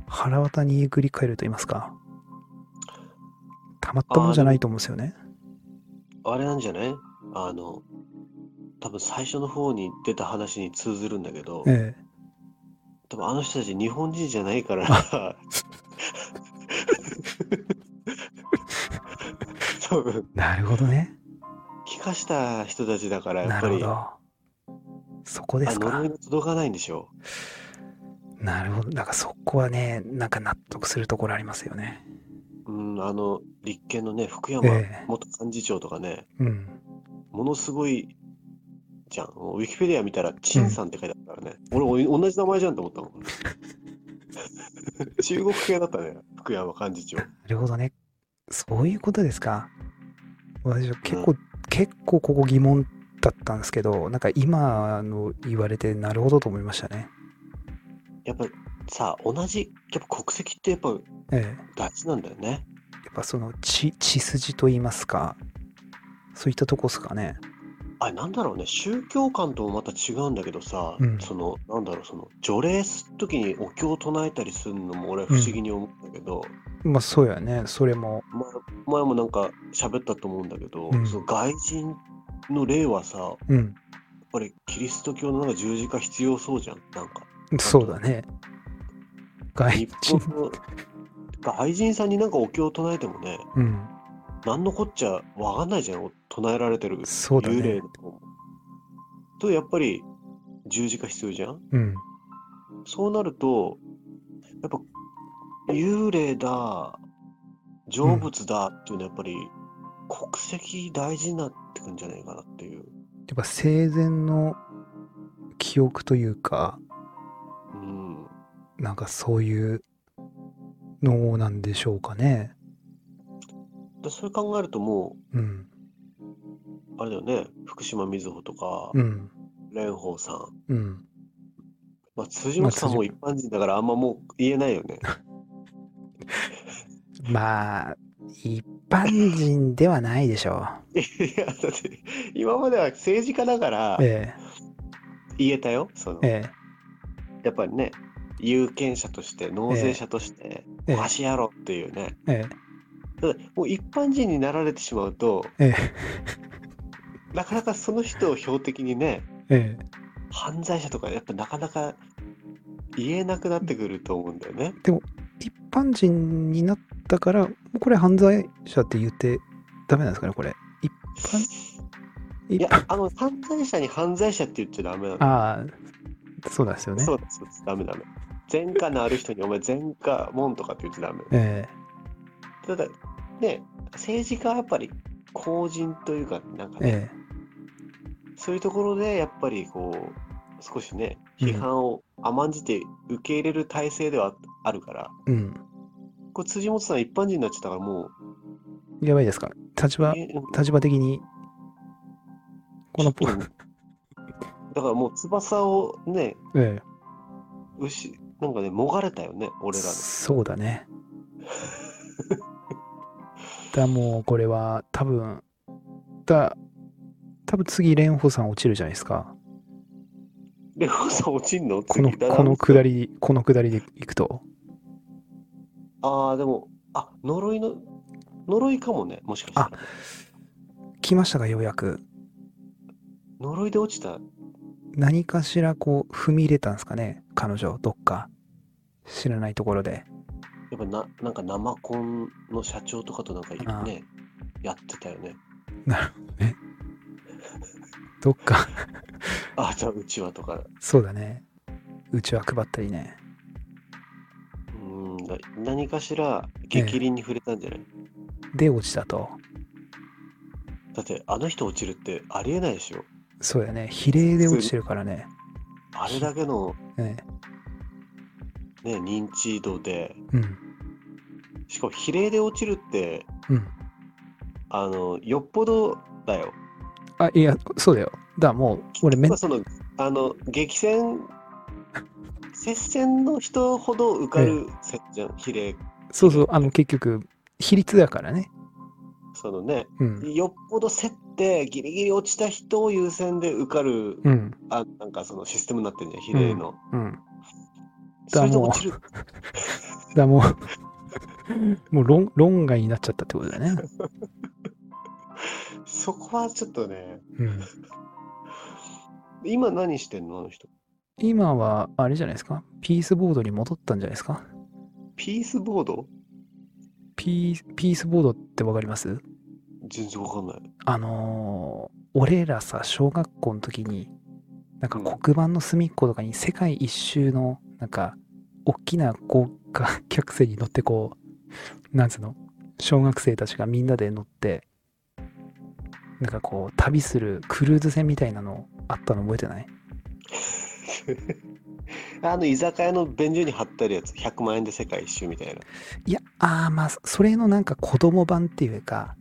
A: 腹渡にえぐり返ると言いますかたまったものじゃないと思うんですよね
B: あれなんじゃないあの、多分最初の方に出た話に通ずるんだけど、
A: ええ
B: 多分あの人たち日本人じゃないから、 [LAUGHS] 多分、
A: なるほどね
B: 聞かした人たちだから、や
A: な
B: っぱ
A: るほ
B: り、
A: どそこで
B: あ
A: す
B: 呪
A: か
B: いに届かないんでしょう。
A: なるほどなんかそこはねなんか納得するところありますよね
B: うん、あの、立憲のね、福山
A: ええ
B: 元幹事長とかね、
A: うん
B: ものすごいじゃん。ウィキペディア見たら、陳さんって書いてあったからね。俺、お同じ名前じゃんと
A: [LAUGHS]
B: 思ったもん。中国系だったね、福山幹事長。
A: なるほどねそういうことですか私は結構、結構ここ疑問だったんですけどなんか今の言われてなるほどと思いましたね
B: やっぱさ、同じ、やっぱ国籍ってやっぱ
A: ええ
B: 大事なんだよね。
A: やっぱその血血筋と言いますかそういったとこですかね
B: あれなんだろうね、宗教観ともまた違うんだけどさ、
A: うん
B: その、なんだろう、その、除霊するときにお経を唱えたりするのも俺は不思議に思ったけど、
A: まあそうやねそれも
B: 前前もなんか喋ったと思うんだけど、
A: うん
B: その外人の霊はさ、やっ
A: うん
B: ぱりキリスト教のなんか十字架必要そうじゃん、なんか。
A: そうだね外
B: 日
A: 人
B: 本の外人さんになんかお経を唱えてもね、
A: うん
B: なんのこっちゃわかんないじゃん、唱えられてる
A: そうだ
B: 幽霊
A: ね
B: の方も。と、やっぱり十字架必要じゃん
A: うん
B: そうなると、やっぱ幽霊だ、成仏だっていうのはやっぱり国籍大事になってくんじゃないかなっていう。
A: やっぱ生前の記憶というか
B: うん、
A: なんかそういうのなんでしょうかね
B: でそれ考えるとも
A: うん
B: う、あれだよね、福島みずほとか、
A: うん
B: 蓮舫さん、
A: うん
B: まあ、辻元さん
A: まあ
B: も
A: 辻
B: 一般人だからあんまもう言えないよ
A: [LAUGHS]
B: ね。
A: まあ一般人ではないでしょ
B: いや、だって今までは政治家だから
A: うえ
B: 言えたよ。その
A: ええ
B: やっぱりね、有権者として、納税者として、
A: ええ
B: わしやろっていうね。
A: ええ
B: ただもう一般人になられてしまうと、
A: ええ
B: なかなかその人を標的にね、
A: ええ
B: 犯罪者とか、やっぱなかなか言えなくなってくると思うんだよね。
A: 一般人になったから、もうこれ犯罪者って言ってダメなんですかね、これ。一般、
B: い
A: 一
B: や
A: 般、、
B: あの、犯罪者に犯罪者って言っちゃダメなの。
A: ああ、そうなんですよね。
B: そうです、そうです、ダメダメ。前科のある人に、お前、前科もんとかって言っちゃダメ。
A: え
B: ただ、ね、政治家はやっぱり公人というか、なんか
A: ええ
B: ね、そういうところで、やっぱりこう、少しね、
A: うん
B: 批判を甘んじて受け入れる体制ではあるから、
A: えうん。
B: これ辻元さん一般人になっちゃったからも
A: やばいですか。立
B: う、
A: 場、
B: えうん
A: 立場的に、このポ、
B: ちょっ [LAUGHS] だからもう翼をね、
A: え
B: 牛、なんかね、もがれたよね、
A: え、
B: 俺ら
A: そうだ
B: [LAUGHS]
A: ね。だ、もうこれは多分、だ、多分次、蓮舫さん落ちるじゃないですか。
B: レオさん落ちんの
A: この、
B: 次だ
A: この下り、この下りで行くと。
B: ああ、でも、あ、呪いの、呪いかもね、もしかしたら。
A: 来ましたが、ようやく。
B: 呪いで落ちた。
A: 何かしらこう、踏み入れたんですかね、彼女、どっか。知らないところで。
B: やっぱな、なんか生コンの社長とかとなんか
A: あー
B: ね、やってたよね。 [LAUGHS]
A: どっか、
B: ああ、じゃあうちわとか。
A: そうだね。うちは配ったりね。
B: うーんだ何かしら逆鱗に触れたんじゃない、
A: で、落ちたと。
B: だってあの人落ちるってありえないでしょ
A: そうだね。比例で落ちてるからね。
B: あれだけの、
A: え
B: ね、認知度で
A: えうん。
B: しかも比例で落ちるって
A: うん。
B: あのよっぽどだよ
A: あ、いや、そうだよ。だからもう、俺めん
B: まあ、そのあの激戦接戦の人ほど受かる接戦、比例
A: そうそう、あの、結局、比率だからね。
B: そのね
A: うん。
B: よっぽど競ってギリギリ落ちた人を優先で受かる、
A: うん。
B: あなんかそのシステムになってんじゃん比例の、
A: うん。だか
B: それで
A: だもう
B: 落ちる
A: らもう、も [LAUGHS] う論論外になっちゃったってことだね。
B: そこはちょっとね
A: うん。
B: 今何してんのあの人
A: 今は、あれじゃないですか。ピースボードに戻ったんじゃないですか。
B: ピースボード
A: ピース、ピースボードってわかります
B: 全然わかんない。
A: あのー俺らさ、小学校の時に、なんか黒板の隅っことかに世界一周の、なんか、大きな豪華客船に乗ってこう、 [LAUGHS] なんつうの、小学生たちがみんなで乗って、なんかこう、旅するクルーズ船みたいなのあったの覚えてない
B: あの居酒屋の便所に貼ってあるやつ、100万円で世界一周みたいな。
A: いや、あーまあ、それのなんか子供版っていうか、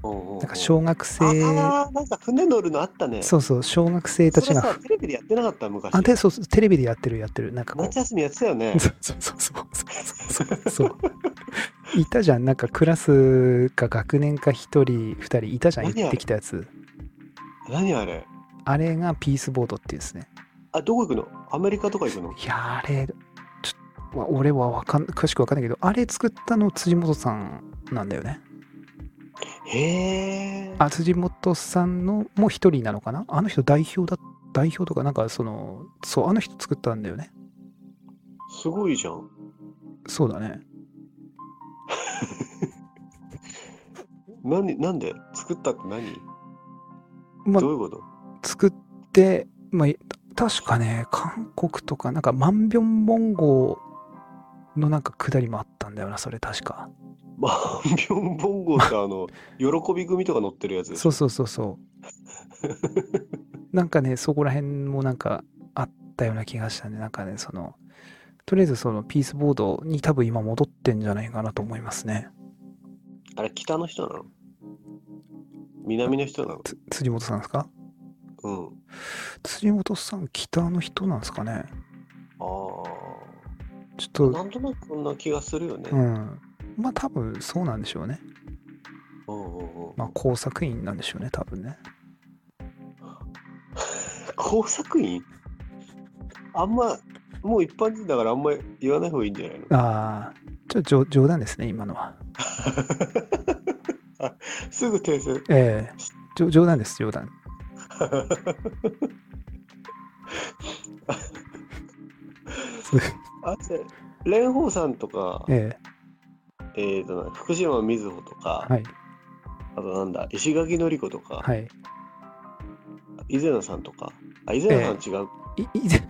B: な
A: なんか小学生、
B: ああ、なんか船乗るのあったね。
A: そうそう、小学生た
B: そ
A: ち
B: れ
A: が
B: さ、テレビでやってなかった昔。
A: あでそうそうテレビでやってるやってるなんかこう
B: 夏休みやってたよね。
A: そうそうそう [LAUGHS] そうそうそうそういたじゃんなんかクラスか学年か1人2人いたじゃん
B: 何あれ
A: 行ってきたやつ
B: 何あれ
A: あれがピースボードっていうんですね
B: あ、どこ行くのアメリカとか行くの
A: いやあれちょっとまあ俺はわかん詳しくわかんないけどあれ作ったの辻元さんなんだよね
B: へえ。
A: あ辻元さんのもう一人なのかなあの人代表だ代表とかなんかそのそうあの人作ったんだよね
B: すごいじゃん。
A: そうだね
B: 何なんで作ったって何
A: まあ
B: どういうこと
A: 作って、まあ、い確かね韓国とかなんか万平文豪のなんか下りもあったんだよなそれ確か
B: まあ、ビョンボンゴって
A: [LAUGHS]
B: あの、喜び組とか乗ってるやつでし
A: そ
B: ょ
A: うそうそうそうなんかねそこら辺もなんかあったような気がしたねなんかねそのとりあえずそのピースボードに多分今戻ってんじゃないかなと思いますね
B: あれ、北の人なの南の人なの
A: つ辻元さんですか
B: うん。
A: 辻元さん北の人なんですかねち
B: あ
A: ょっ
B: あ、
A: と
B: なんとなくこんな気がするよね。
A: う。んまあ多分そうなんでしょうね
B: うんうんうん
A: まあ工作員なんでしょうね多分ね
B: 工作員あんま、もう一般人だからあんま言わない方がいいんじゃないの
A: ああ、ちょっと冗冗談ですね、今のは。
B: [LAUGHS] すぐ訂正。
A: ええじょ冗談です、冗談。
B: あと、蓮舫さんとか、
A: ええ
B: えっとな、福島みずほとか、
A: はい、
B: あとなんだ、石垣のり子とか、
A: はい。
B: 伊勢名さんとか、あ、伊勢名さん違う。
A: い、いで、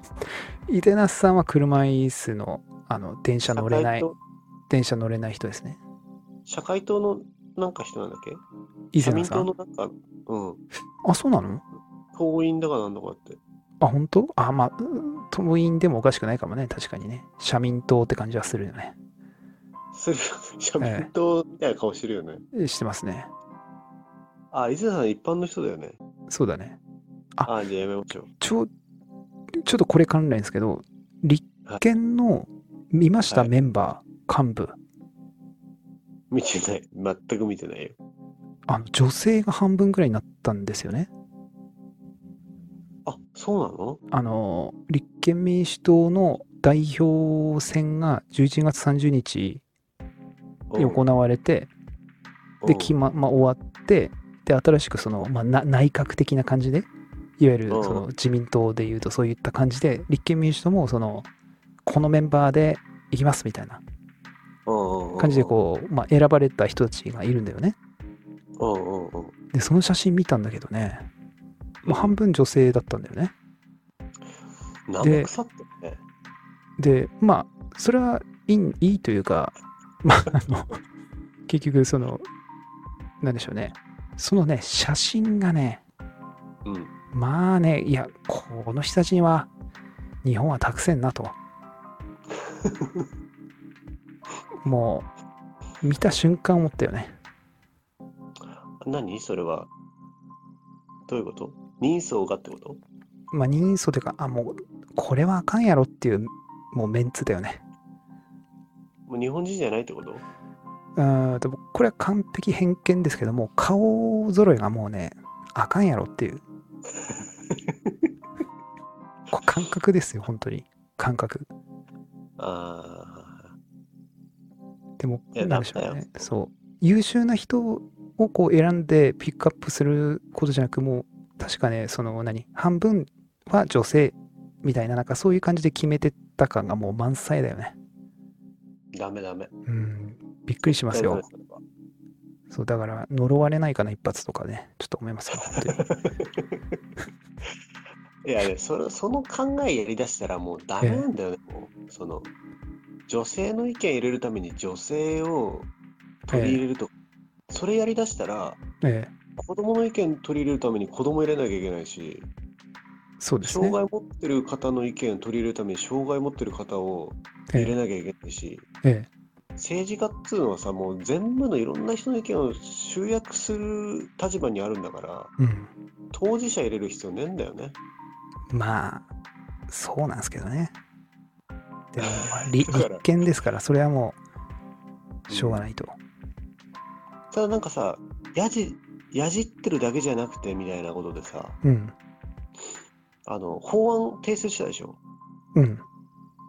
A: いでなすさんは車椅子の、あの、電車乗れない、
B: 党
A: 電車乗れない人ですね。
B: 社会党のなんか人なんだっけ
A: 伊勢
B: 社
A: な
B: 民
A: さ
B: 党
A: ん。
B: のなんか、うん、
A: あ、そうなの
B: 党員だかなんだかって。
A: あ、本当あ、まあ、うん党員でもおかしくないかもね、確かにね。社民党って感じはするよね。
B: それ、社民党みたいな顔してるよね。
A: えしてますね。
B: あ、伊勢さん一般の人だよね。
A: そうだね。あ
B: あ、じゃあやめましょう。
A: ちょ、ちょっとこれ関連ですけど、立憲の見ました、
B: はい
A: メンバー、幹部。
B: 見てない。全く見てないよ。
A: あの女性が半分ぐらいになったんですよね。
B: あ、そうなの
A: あの立憲民主党の代表選が11月30日
B: うん
A: に行われて、で
B: うん
A: 決ま、まあ、終わってで新しくその、まあ、な内閣的な感じでいわゆる
B: うん
A: その自民党でいうとそういった感じで立憲民主党もそのこのメンバーでいきますみたいな
B: うんうん
A: 感じでこう、まあ、選ばれた人たちがいるんだよね
B: うんうんうん
A: でその写真見たんだけどねもう半分女性だったんだよね
B: 生臭ったよね
A: でまあそれはいいいいというか、まあ、あ
B: [LAUGHS]
A: の結局そのなんでしょうねそのね写真がね
B: うん
A: まあねいやこの人たちには日本は託せんなともう見た瞬間思ったよね
B: 何それはどういうこと人相がってこと
A: まあ人相というかあもうこれはあかんやろっていうもうメンツだよね
B: もう日本人じゃないってこと
A: うーんとこれは完璧偏見ですけども顔揃いがもうねあかんやろっていうこれ感覚ですよ本当に感覚
B: ああ
A: でも
B: いや
A: なんでしょう
B: なんだ
A: ねそう優秀な人をこう選んでピックアップすることじゃなくもう確かねその何半分は女性みたいななんかそういう感じで決めてった感がもう満載だよね
B: ダメダメ
A: うんびっくりします
B: 大丈夫
A: よ
B: です
A: そうだから呪われないかな一発とかねちょっと思いますよ本
B: [LAUGHS]
A: 当に
B: [LAUGHS] いやいやそれその考えやりだしたらもうダメなんだよね、もうその女性の意見入れるために女性を取り入れると、それやりだしたら
A: ええ
B: 子供の意見取り入れるために子供入れなきゃいけないし、
A: そうですね
B: 障害持ってる方の意見を取り入れるために障害持ってる方を
A: ええ
B: 入れなきゃいけないし、
A: え
B: 政治家っつうのはさもう全部のいろんな人の意見を集約する立場にあるんだから
A: えうん
B: 当事者入れる必要ねえんだよね
A: まあそうなんですけどねでも、まあ、り
B: だから
A: 立憲ですからそれはもうしょうがないと、
B: ただなんかさやじやじってるだけじゃなくてみたいなことでさ
A: うん
B: あの法案提出したでしょ
A: うん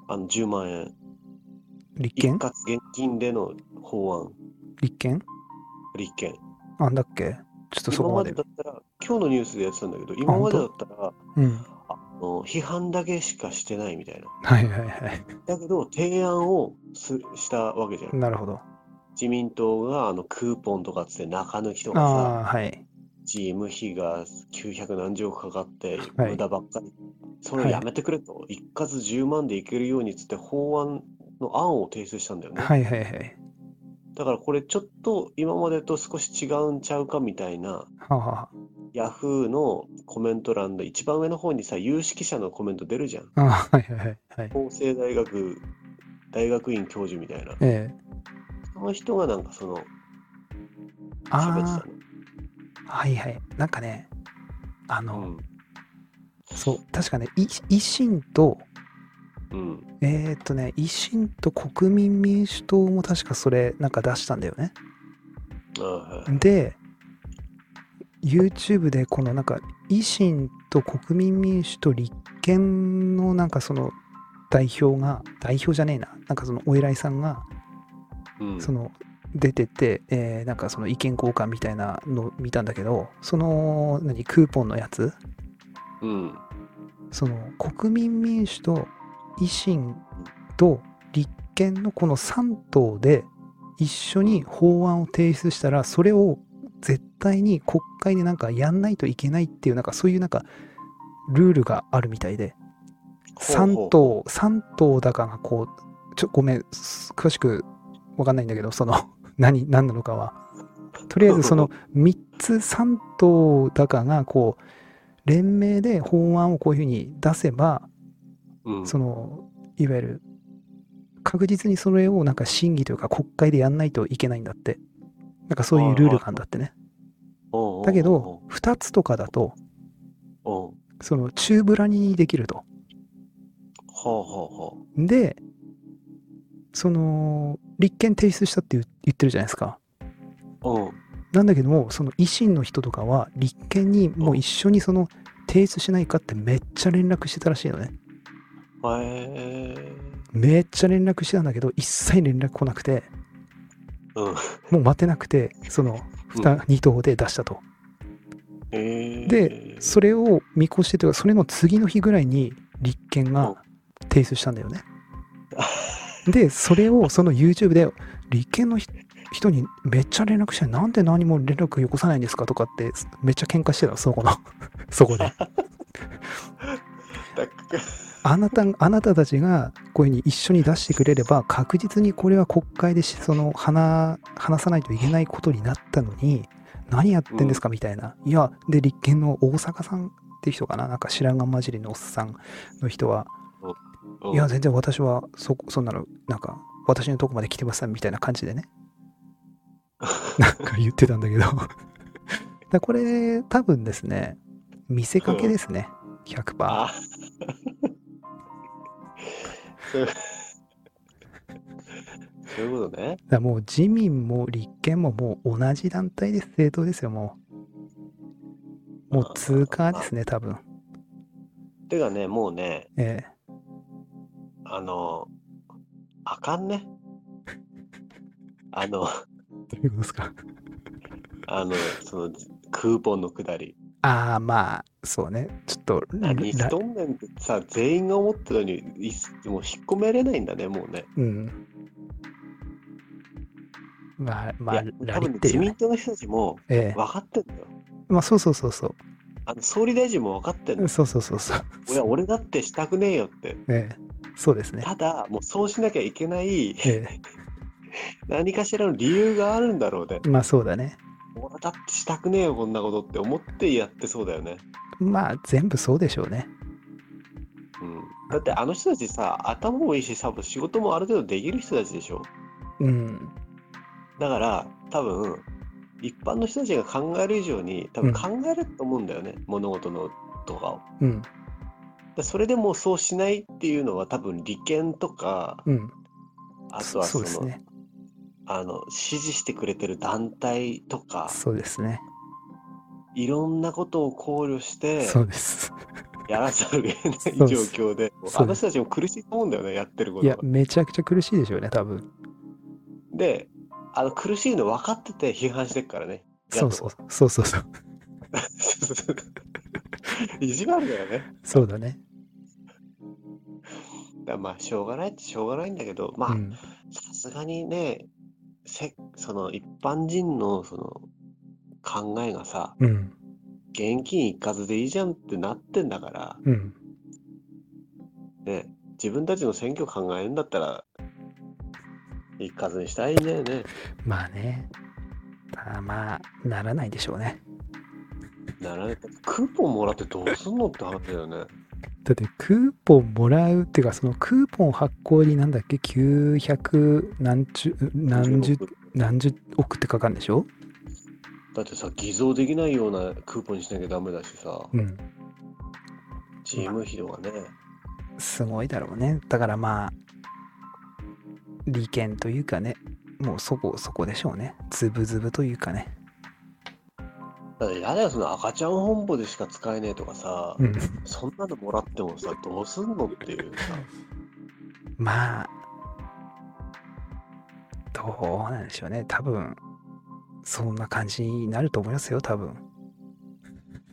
B: あの10万円
A: 立
B: 一
A: 憲
B: 括現金での法案
A: 立憲
B: 立憲
A: あんだっけちょっとそこ
B: 今
A: ま
B: まで
A: で
B: だ。ったら今日のニュースでやってたんだけど今までだったら
A: うん。
B: あの批判だけしかしてないみたいな
A: はいはいはい。
B: だけど提案をすしたわけじゃん
A: なるほど。
B: 自民党があのクーポンとかっつって中抜きと
A: あ
B: かさ、
A: あ、はい。
B: 事務費が900何十億かかって、
A: はい
B: 無駄ばっかり、それ
A: はい
B: やめてくれと、一括10万でいけるようにっつって法案の案を提出したんだよね。
A: はいはいはい。
B: だからこれちょっと今までと少し違うんちゃうかみたいな、
A: はあはあは
B: ヤフーのコメント欄で一番上の方にさ、有識者のコメント出るじゃん。
A: あ。ああ、はいはいはいはい。
B: 法政大学大学院教授みたいな。
A: ええ
B: その人がなんかその、喋って
A: あ
B: たの。
A: あ、はいはい。なんかね、あの、
B: うん
A: そう、確かね、い維新と、
B: うん
A: えー、っとね、維新と国民民主党も確かそれ、なんか出したんだよね。
B: あはい
A: で、YouTube でこのなんか維新と国民民主と立憲のなんかその代表が代表じゃねえななんかそのお偉いさんが
B: うん
A: その出てて、えーなんかその意見交換みたいなのを見たんだけどその何クーポンのやつ
B: うん
A: その国民民主と維新と立憲のこの3党で一緒に法案を提出したらそれを絶対に国会でなんかやんないといけないっていうなんかそういうなんかルールがあるみたいで3
B: ほう
A: 党3党だかがこうちょごめんす詳しくわかんないんだけどその [LAUGHS] 何何なのかはとりあえずそ
B: [LAUGHS]
A: の3つ3党だかがこう連名で法案をこういうふうに出せば
B: ほううん
A: そのいわゆる確実にそれをなんか審議というか国会でやんないといけないんだってなんかそういうルールがあるんだってね
B: おうおうおう
A: だけど2つとかだと
B: おう
A: その中ぶらにできると
B: ほうほうほ
A: でその立憲提出したって言う言ってるじゃないですか
B: ううん
A: なんだけどもその維新の人とかは立憲にもう一緒にその提出しないかってめっちゃ連絡してたらしいのね。
B: へえ。
A: めっちゃ連絡してたんだけど、一切連絡来なくて、
B: うん。
A: もう待てなくて、その2、二等で出したと。
B: えー、
A: で、
B: [LAUGHS]
A: それを見越してというか、それの次の日ぐらいに立憲
B: うん
A: が提出したんだよね。で、それをその YouTube で、立憲のひ人にめっちゃ連絡して、なんで何も連絡よこさないんですかとかって、めっちゃ喧嘩してたの、そこの、 [LAUGHS] そこで。
B: だっけ
A: あなた、あなたたちがこういうふうに一緒に出してくれれば、確実にこれは国会でしその話話さないといけないことになったのに、何やってんですかみたいな。いや、で、立憲の大阪さんっていう人かな、なんか白髪混じりのおっさんの人は、
B: うん
A: いや、全然私はそ、そんなの、なんか、私のとこまで来てませんみたいな感じ [LAUGHS] でね、なんか言ってたんだけど。だからこれ、多分ですね、見せかけですね、100%。
B: あそうそういうことね。
A: だからもう自民も立憲ももう同じ団体です、政党ですよ、もう。もう通過ですね、多分。
B: てかね、もうね、
A: ええ
B: あの、あかんね。あの、
A: どういうことですか。
B: あの、その、クーポンのくだり。
A: ああ、まあ、そうね。ちょっと、
B: 何し
A: ら
B: とんねんってさ、全員が思ってたのに、いっもう引っ込めれないんだね、もうね。
A: うん。まあ、ま
B: い
A: あ
B: や、、
A: ラ
B: 多
A: リ
B: 分
A: っ
B: ね
A: て
B: 自
A: るよね
B: 民党の人たちも
A: ええ
B: 分かってんだよ。
A: まあ、そうそうそうそ
B: あの総理大臣も分かってんだ
A: う。
B: よ。
A: そうそうそう [LAUGHS] そう。
B: いや、俺だってしたくねえよって。
A: ええそうですね。
B: ただ、もうそうしなきゃいけない
A: え
B: 何かしらの理由があるんだろうね
A: え。まあ、そうだね。
B: 俺だってしたくねえよ、こんなことって思ってやってそうだよね。
A: まあ、全部そうでしょうね。
B: うん、だってあの人たちさ、頭もいいしさ、仕事もある程度できる人たちでしょ。
A: うん。
B: だから、多分一般の人たちが考える以上に、多分考えると思うんだよね、物事のとかを。
A: うん。
B: でそれでもうそうしないっていうのは、多分利権とか、
A: うん。
B: あとは
A: そ
B: そうの
A: ですね。
B: あの支持してくれてる団体とか、
A: そうですね。
B: いろんなことを考慮して、
A: そうです。
B: やらざるを得ない
A: そ
B: 状
A: うです
B: 況で、もう
A: そうです
B: あの人たちも苦しいと思うんだよね、やってるこ
A: い
B: と
A: や
B: が、。
A: めちゃくちゃ苦しいでしょうね、多分。
B: で、あの苦しいの分かってて批判してるからね。 [LAUGHS]
A: そうそうそうそう [LAUGHS] そう。
B: そうそうそう意地悪だよね。
A: そうだね。
B: だからまあしょうがないってしょうがないんだけど、ま
A: う
B: あ
A: ん。
B: さすがにね、せその一般人のその考えがさ、
A: うん。
B: 現金一括でいいじゃんってなってんだから、
A: うん。
B: ね、自分たちの選挙考えるんだったら、一括にしたらいいんだよね。
A: まあね。ただまあ、ならないでしょうね。
B: ならクーポンもらってどうすんのって話だよね。
A: だって、クーポンもらうっていうか、そのクーポン発行になんだっけ、900何十、何十、何十億ってかかるんでしょ
B: だってさ、偽造できないようなクーポンにしなきゃダメだしさ、
A: うん。
B: チーム費とかね。
A: すごいだろうね。だからまあ、利権というかね、もうそこそこでしょうね。ズブズブというかね。
B: だってやだよ、その赤ちゃん本舗でしか使えねえとかさ、
A: うん。
B: そんなのもらってもさ、どうすんのっていうさ。
A: まあ、どうなんでしょうね。多分、そんな感じになると思いますよ、多分。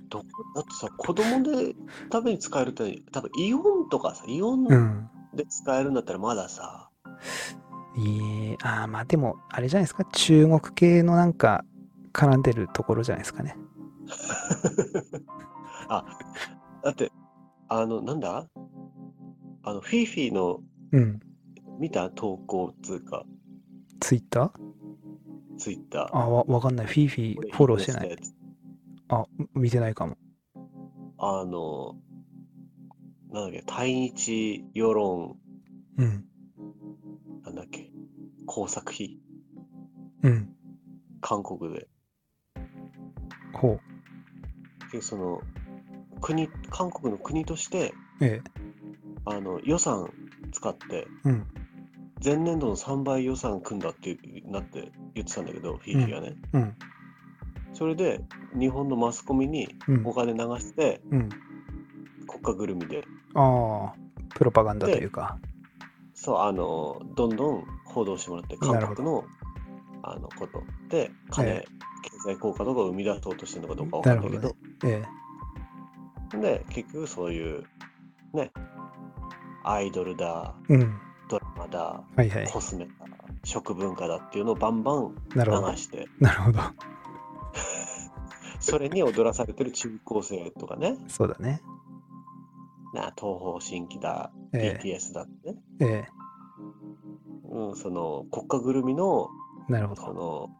B: どだってさ、子供で食べに使えるって、多分イオンとかさ、イオン
A: うん。
B: で使えるんだったらま
A: [LAUGHS]
B: ださ、
A: いえ、ああ、まあでも、あれじゃないですか。中国系のなんか、絡んでるところじゃないですかね。
B: だって、あの、なんだあの、フィーフィーの
A: うん。
B: 見た投稿っつうか、
A: ツイッター
B: ツイッター。
A: あわ、わかんない。フィーフィーフォローしてない。
B: い。
A: あ、見てないかも。
B: あの、なんだっけ、対日世論、
A: うん。
B: なんだっけ、工作費、
A: うん。
B: 韓国で。
A: ほう。
B: でその、国、韓国の国として、
A: え
B: あの、予算使って、
A: え。うん。
B: 前年度の3倍予算組んだってなって言ってたんだけど、フィーフィーがね。
A: うん。
B: それで日本のマスコミに
A: うん
B: お金流して
A: うん
B: 国家ぐるみで
A: ああプロパガンダというか
B: そうあのどんどん報道してもらって
A: な
B: 韓
A: るほど
B: 国のあのことで金、
A: え
B: 経済効果とかを生み出そうとしてるのかどうかわかんないけ
A: なる
B: ど
A: ほえ
B: で結局そういうねアイドルだ
A: えうん
B: ドラマだ
A: はいはい
B: コスメだ食文化だっていうのをバンバン
A: な
B: 流
A: るほど
B: して
A: なるほど [LAUGHS]
B: それに踊らされてる中高生とかね [LAUGHS]
A: そうだね
B: な東方神起だ
A: え
B: BTS だってね、
A: ええ
B: うん、その国家ぐるみの
A: えなるほ
B: そ
A: ど
B: の、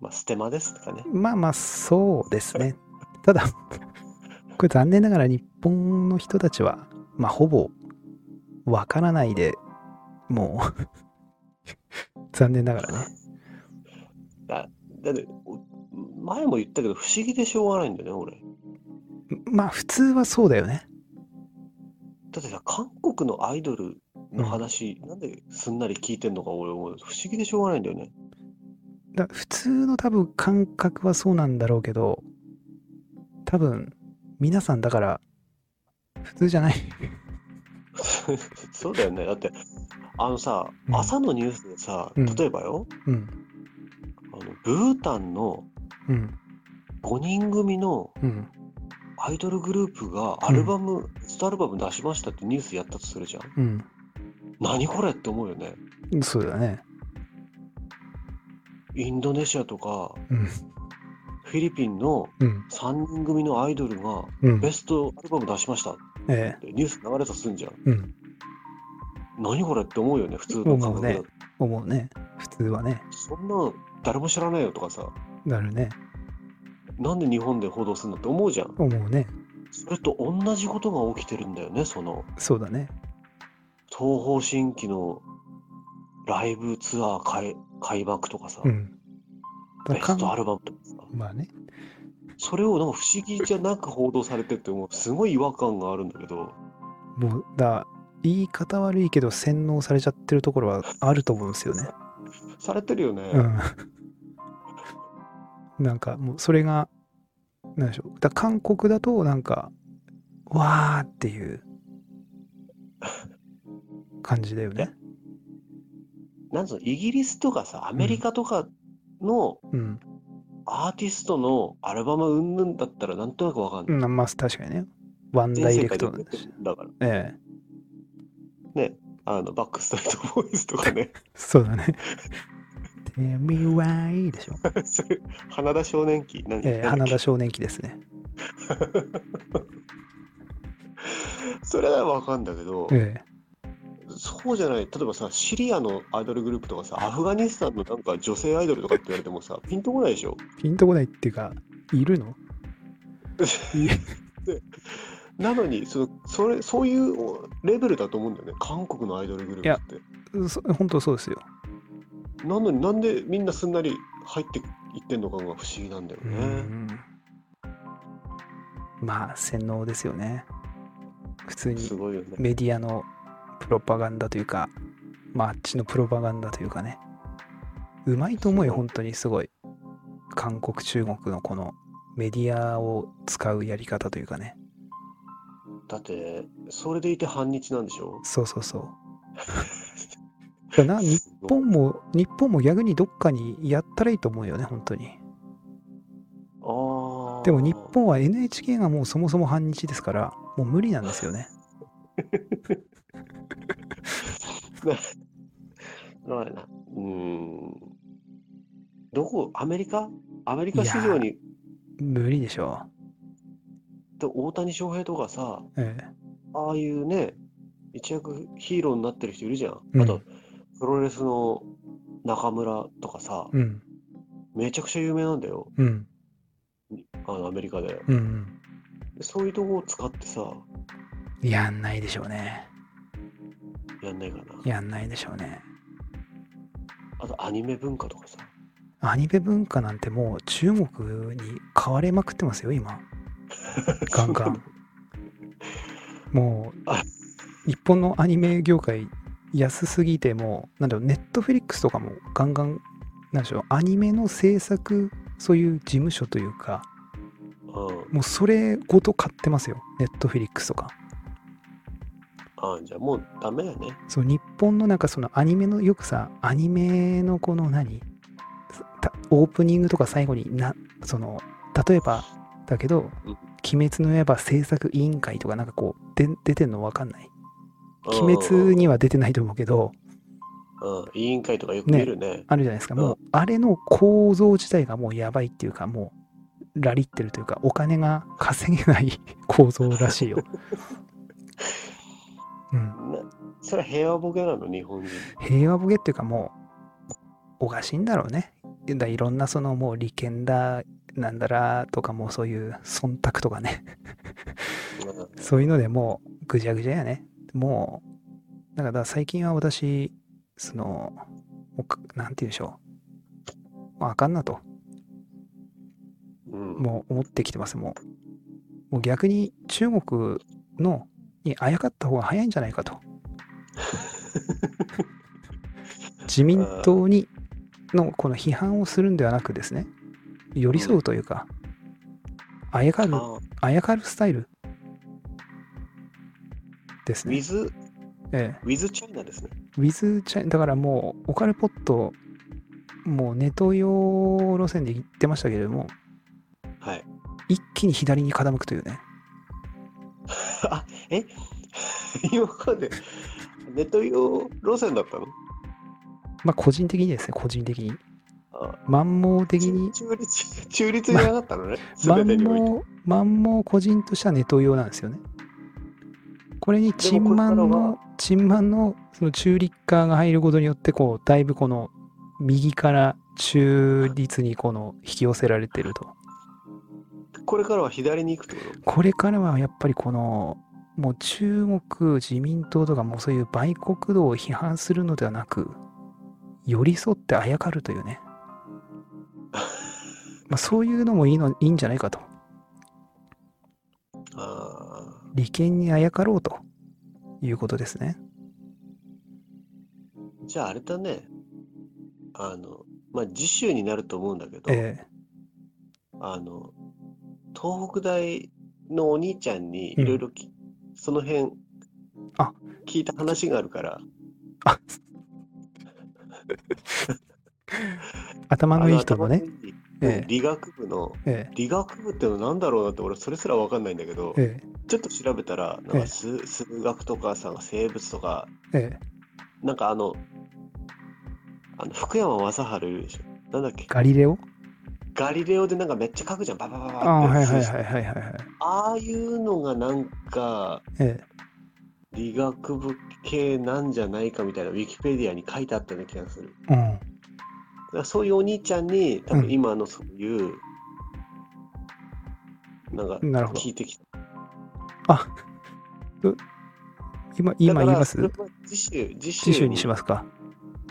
B: まあ、ステマですとかね
A: まあまあそうですねただ [LAUGHS] これ残念ながら日本の人たちはまあほぼわからないでもう [LAUGHS] 残念ながらね
B: だだってお前も言ったけど不思議でしょうがないんだよね俺
A: まあ普通はそうだよね
B: だってさ韓国のアイドル
A: うん
B: の話、なんですんなり聞いてんのか俺思う不思議でしょうがないんだよね [LAUGHS]
A: だ普通の多分感覚はそうなんだろうけど多分皆さんだから普通じゃない
B: そうだよねだってあのさ
A: うん
B: 朝のニュースでさ、
A: うん
B: 例えばよ
A: うん
B: あのブータンの
A: うん
B: 5人組の
A: うん
B: アイドルグループがアルバム、ベストアルバム出しましたってニュースやったとするじゃん何これって思うよね
A: うんそうだね
B: インドネシアとか
A: うん
B: フィリピンの
A: うん
B: 3人組のアイドルが
A: うん
B: ベストアルバム出しましたっ
A: ええ
B: てニュース流れたとすんじゃん
A: うん
B: 何これって思うよね普通の感覚だと
A: 思う思うね普通はね
B: そんなの誰も知らないよとかさ
A: なるね
B: なんで日本で報道するのって思うじゃん
A: 思うね
B: それと同じことが起きてるんだよねその
A: そうだね
B: 東方神起のライブツアー開開幕とかさ、
A: うんだ
B: ベ
A: から
B: ストアルバムとかさ
A: まあね
B: それをなんか不思議じゃなく報道されてってもうすごい違和感があるんだけど
A: もうだ言い方悪いけど洗脳されちゃってるところはあると思うんですよね
B: されてるよね、
A: うん、なんかもうそれがなんでしょうだ韓国だとなんかわーっていう感じだよね。
B: なんつうのイギリスとかさアメリカとかの
A: うん、
B: アーティストのアルバムうんぬんだったらなんとなくわかん
A: う
B: ない、
A: ん、まあ確かにね。ワンダ
B: 全
A: イ
B: 世
A: レク
B: 界で
A: ト
B: 売れてるんだから
A: ええ、
B: あのバックストリートボーイズとかね [LAUGHS]
A: そうだね。Tell me why でしょ。
B: そういう花田少年期何、 [LAUGHS]
A: ええ、
B: なんだ
A: 花
B: っけ
A: 田少年期ですね。
B: [LAUGHS] それはわかんだけど、
A: え
B: そうじゃない例えばさシリアのアイドルグループとかさアフガニスタンのなんか女性アイドルとかって言われて
A: [LAUGHS]
B: もさピンとこないでしょ
A: え、ピンとこないっていうか、いるの
B: なのにそのそれそういうレベルだと思うんだよね韓国のアイドルグループっ
A: そ本当そうですよ。
B: てなのになんでみんなすんなり入っていってんのかが不思議なんだよ
A: う
B: ね、
A: んまあ洗脳ですよね。普通に
B: すごいよね
A: メディアのプロパガンダというか、まあ、あっちのプロパガンダというかね、うまいと思うよ、
B: そう
A: 本当にすごい。韓国、中国のこのメディアを使うやり方というかね、
B: だってそれでいて反日なんでしょ
A: そうそうそう。 [LAUGHS] だからな日
B: すごい
A: 本も、日本も逆にどっかにやったらいいと思うよね、本当に。
B: あー
A: でも日本は NHK がもうそもそも反日ですから、もう無理なんですよね。
B: そうだなうーんどこアメリカアメリカ市場に
A: 無理でしょ
B: で大谷翔平とかさ
A: う。え
B: ああいうね一躍ヒーローになってる人いるじゃん、
A: うん
B: あとプロレスの中村とかさ
A: え、うん、
B: めちゃくちゃ有名なんだよ
A: うん、
B: あのアメリカで
A: うんうん。
B: そういうとこを使ってさ
A: やんないでしょうね。
B: やんないかな
A: やんないでしょうね。
B: あとアニメ文化とかさ
A: アニメ文化なんてもう中国に買われまくってますよ、今。ガンガン。も
B: あ
A: う、日本のアニメ業界、安すぎて、もう、なんだろう、ネットフリックスとかもガンガン、なんでしょう、アニメの制作そういう事務所というか
B: [LAUGHS] うん。
A: もうそれごと買ってますよネットフィリックスとか
B: あじゃあもうダメだね。
A: そう日本のなんかそのアニメのよくさアニメのこの何たオープニングとか最後になその例えばだけど
B: うん
A: 「鬼滅の刃」制作委員会とかなんかこうで出てんの分かんない
B: うん
A: 鬼滅には出てないと思うけど
B: うん。委員会とかよく見るね。
A: あるじゃないですか
B: うん
A: もうあれの構造自体がもうやばいっていうかもうラリってるというかお金が稼げない [LAUGHS] 構造らしい
B: [LAUGHS]
A: よ。うん
B: なそれは平和ボケなの、日本人。
A: 平和ボケっていうかもうおかしいんだろうね。だいろんなそのもう利権だなんだらとかもうそういう忖度とかね [LAUGHS]
B: うん
A: そういうのでもうぐじゃぐじゃやね。もうだから最近は私そのおかなんて言うんでしょう、まあ、あかんなと
B: うん。
A: もう思ってきてますもうもう逆に中国のにあやかった方が早いんじゃないかと自民党にのこの批判をするんではなくですね寄り添うというか、あやかる
B: あ
A: あやかるスタイルです
B: ウ
A: ね
B: ィズ、
A: ええ
B: ウィズチャイナですね。
A: ウィズチャイだからもうオカルポットもうネト用路線で言ってましたけれども
B: はい。
A: 一気に左に傾くというね
B: あ、 [LAUGHS] え今までネット用路線だったの
A: まあ個人的にですね、個人的に。
B: あ
A: 満蒙的に、
B: 中立、中立じゃなかったのね。
A: 満
B: 全てにおいて。
A: 蒙、満蒙個人としてはネトウヨなんですよね。これに陳満
B: でもこれから
A: の
B: は、
A: 陳満のその中立化が入ることによって、こう、だいぶこの右から中立にこの引き寄せられてると。
B: これからは左に行くってこ
A: これからはやっぱりこの、もう中国自民党とかもうそういう売国道を批判するのではなく、寄り添ってあやかるという
B: [LAUGHS]
A: ね。まあそういうのもいいのいいんじゃないかと。
B: とああ。
A: 利権にあやかろうということですね。
B: じゃああれだね。あの、まあ、次週になると思うんだけど、
A: え
B: あの、東北大のお兄ちゃんにいろいろき、その辺、
A: あ
B: 聞いた話があるから、
A: え頭のいい人もね。
B: あの。頭のいい
A: ええ
B: 理学部の、
A: え
B: 理学部ってのなんだろうなって俺それすら分かんないんだけど
A: え、え
B: ちょっと調べたらなんか数数学とかさ生物とか
A: えええ
B: なんかあのあの福山雅治いるでしょなんだっけ
A: ガリレオ
B: ガリレオでなんかめっちゃ書くじゃんバババババ
A: ああ、はいはい
B: 数字
A: はいはいはいはい。
B: ああいうのがなんか
A: ええ
B: 理学部系なんじゃないかみたいなウィキペディアに書いてあったような気がする
A: うん。
B: だからそういうお兄ちゃんに多
A: う
B: 分
A: ん
B: 今のそういう、なんか
A: なるほど
B: 聞いてきた
A: 今、今
B: だ
A: 言
B: か
A: い
B: ら
A: ま
B: それ
A: す
B: は次週次週
A: 次週にしますか。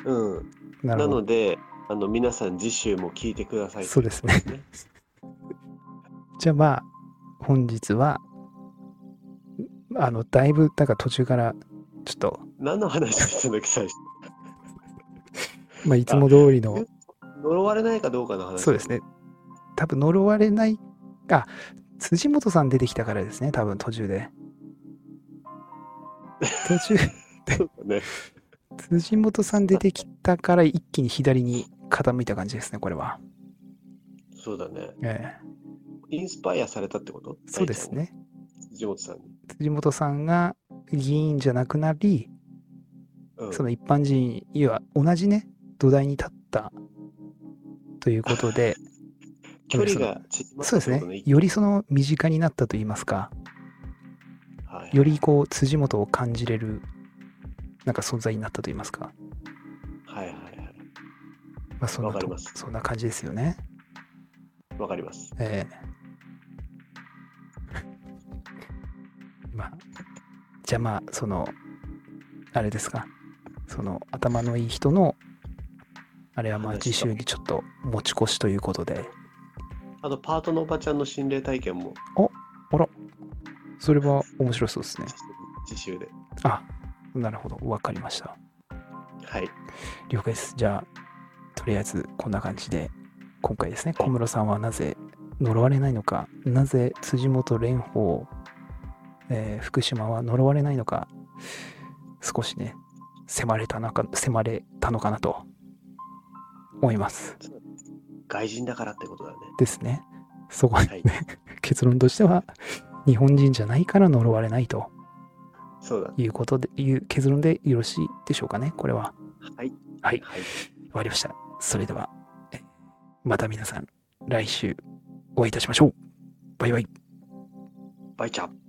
B: うん
A: なるほ
B: な
A: ど。
B: ので、あの皆さん次週も聞いてください。
A: そうですね
B: というこ
A: じゃあまあ、本日は、あの、だいぶ、だから途中から、ちょっと、
B: とね。 [LAUGHS] 何の話してたの最初。
A: まあ、いつも通りの、
B: 呪われないかどうかの話。
A: そうです。ね。多分呪われない、あ、辻元さん出てきたからですね、多分途中で。途中、 [LAUGHS]
B: そうだね。
A: 辻元さん出てきたから一気に左に傾いた感じですね、これは。
B: そうだね。
A: ええ
B: インスパイアされたってこと
A: そうです。ね。
B: 大ちゃんが藤本さんに。
A: 辻元さんが議員じゃなくなり、
B: うん
A: その一般人、いわば同じね、土台に立ったということで、
B: 距離が [LAUGHS] 縮まった
A: そうです
B: ってこと
A: ね、よりその身近になったといいますか、
B: はい
A: よりこう、辻元を感じれる、なんか存在になったといいますか、
B: はいはいはい。
A: まあ、そんな
B: わかり
A: と
B: ます
A: そんな感じですよね。
B: わかります。
A: ええ [LAUGHS] まあ、じゃあまあ、その、あれですか、その頭のいい人の、あれはまあ
B: 話
A: 次週にちょっと持ち越しということで、
B: あと、パートのおばちゃんの心霊体験も
A: それは面白そうですね。
B: 次週で。
A: あ、なるほど、わかりました。
B: はい。
A: 了解です。じゃあ、とりあえずこんな感じで、今回ですね小室さんはなぜ呪われないのかなぜ辻元蓮舫、えー福島は呪われないのか少しね迫れたなか迫れたのかなと思います
B: 外人だからってことだよね。
A: ですねそこ、 [LAUGHS]
B: はい
A: 結論としては日本人じゃないから呪われないと
B: そうだ。
A: いうことでいう結論でよろしいでしょうかねこれは
B: はい。
A: はい
B: はい。
A: 終わりましたそれではえまた皆さん来週お会いいたしましょうバイバイ
B: バイチャー。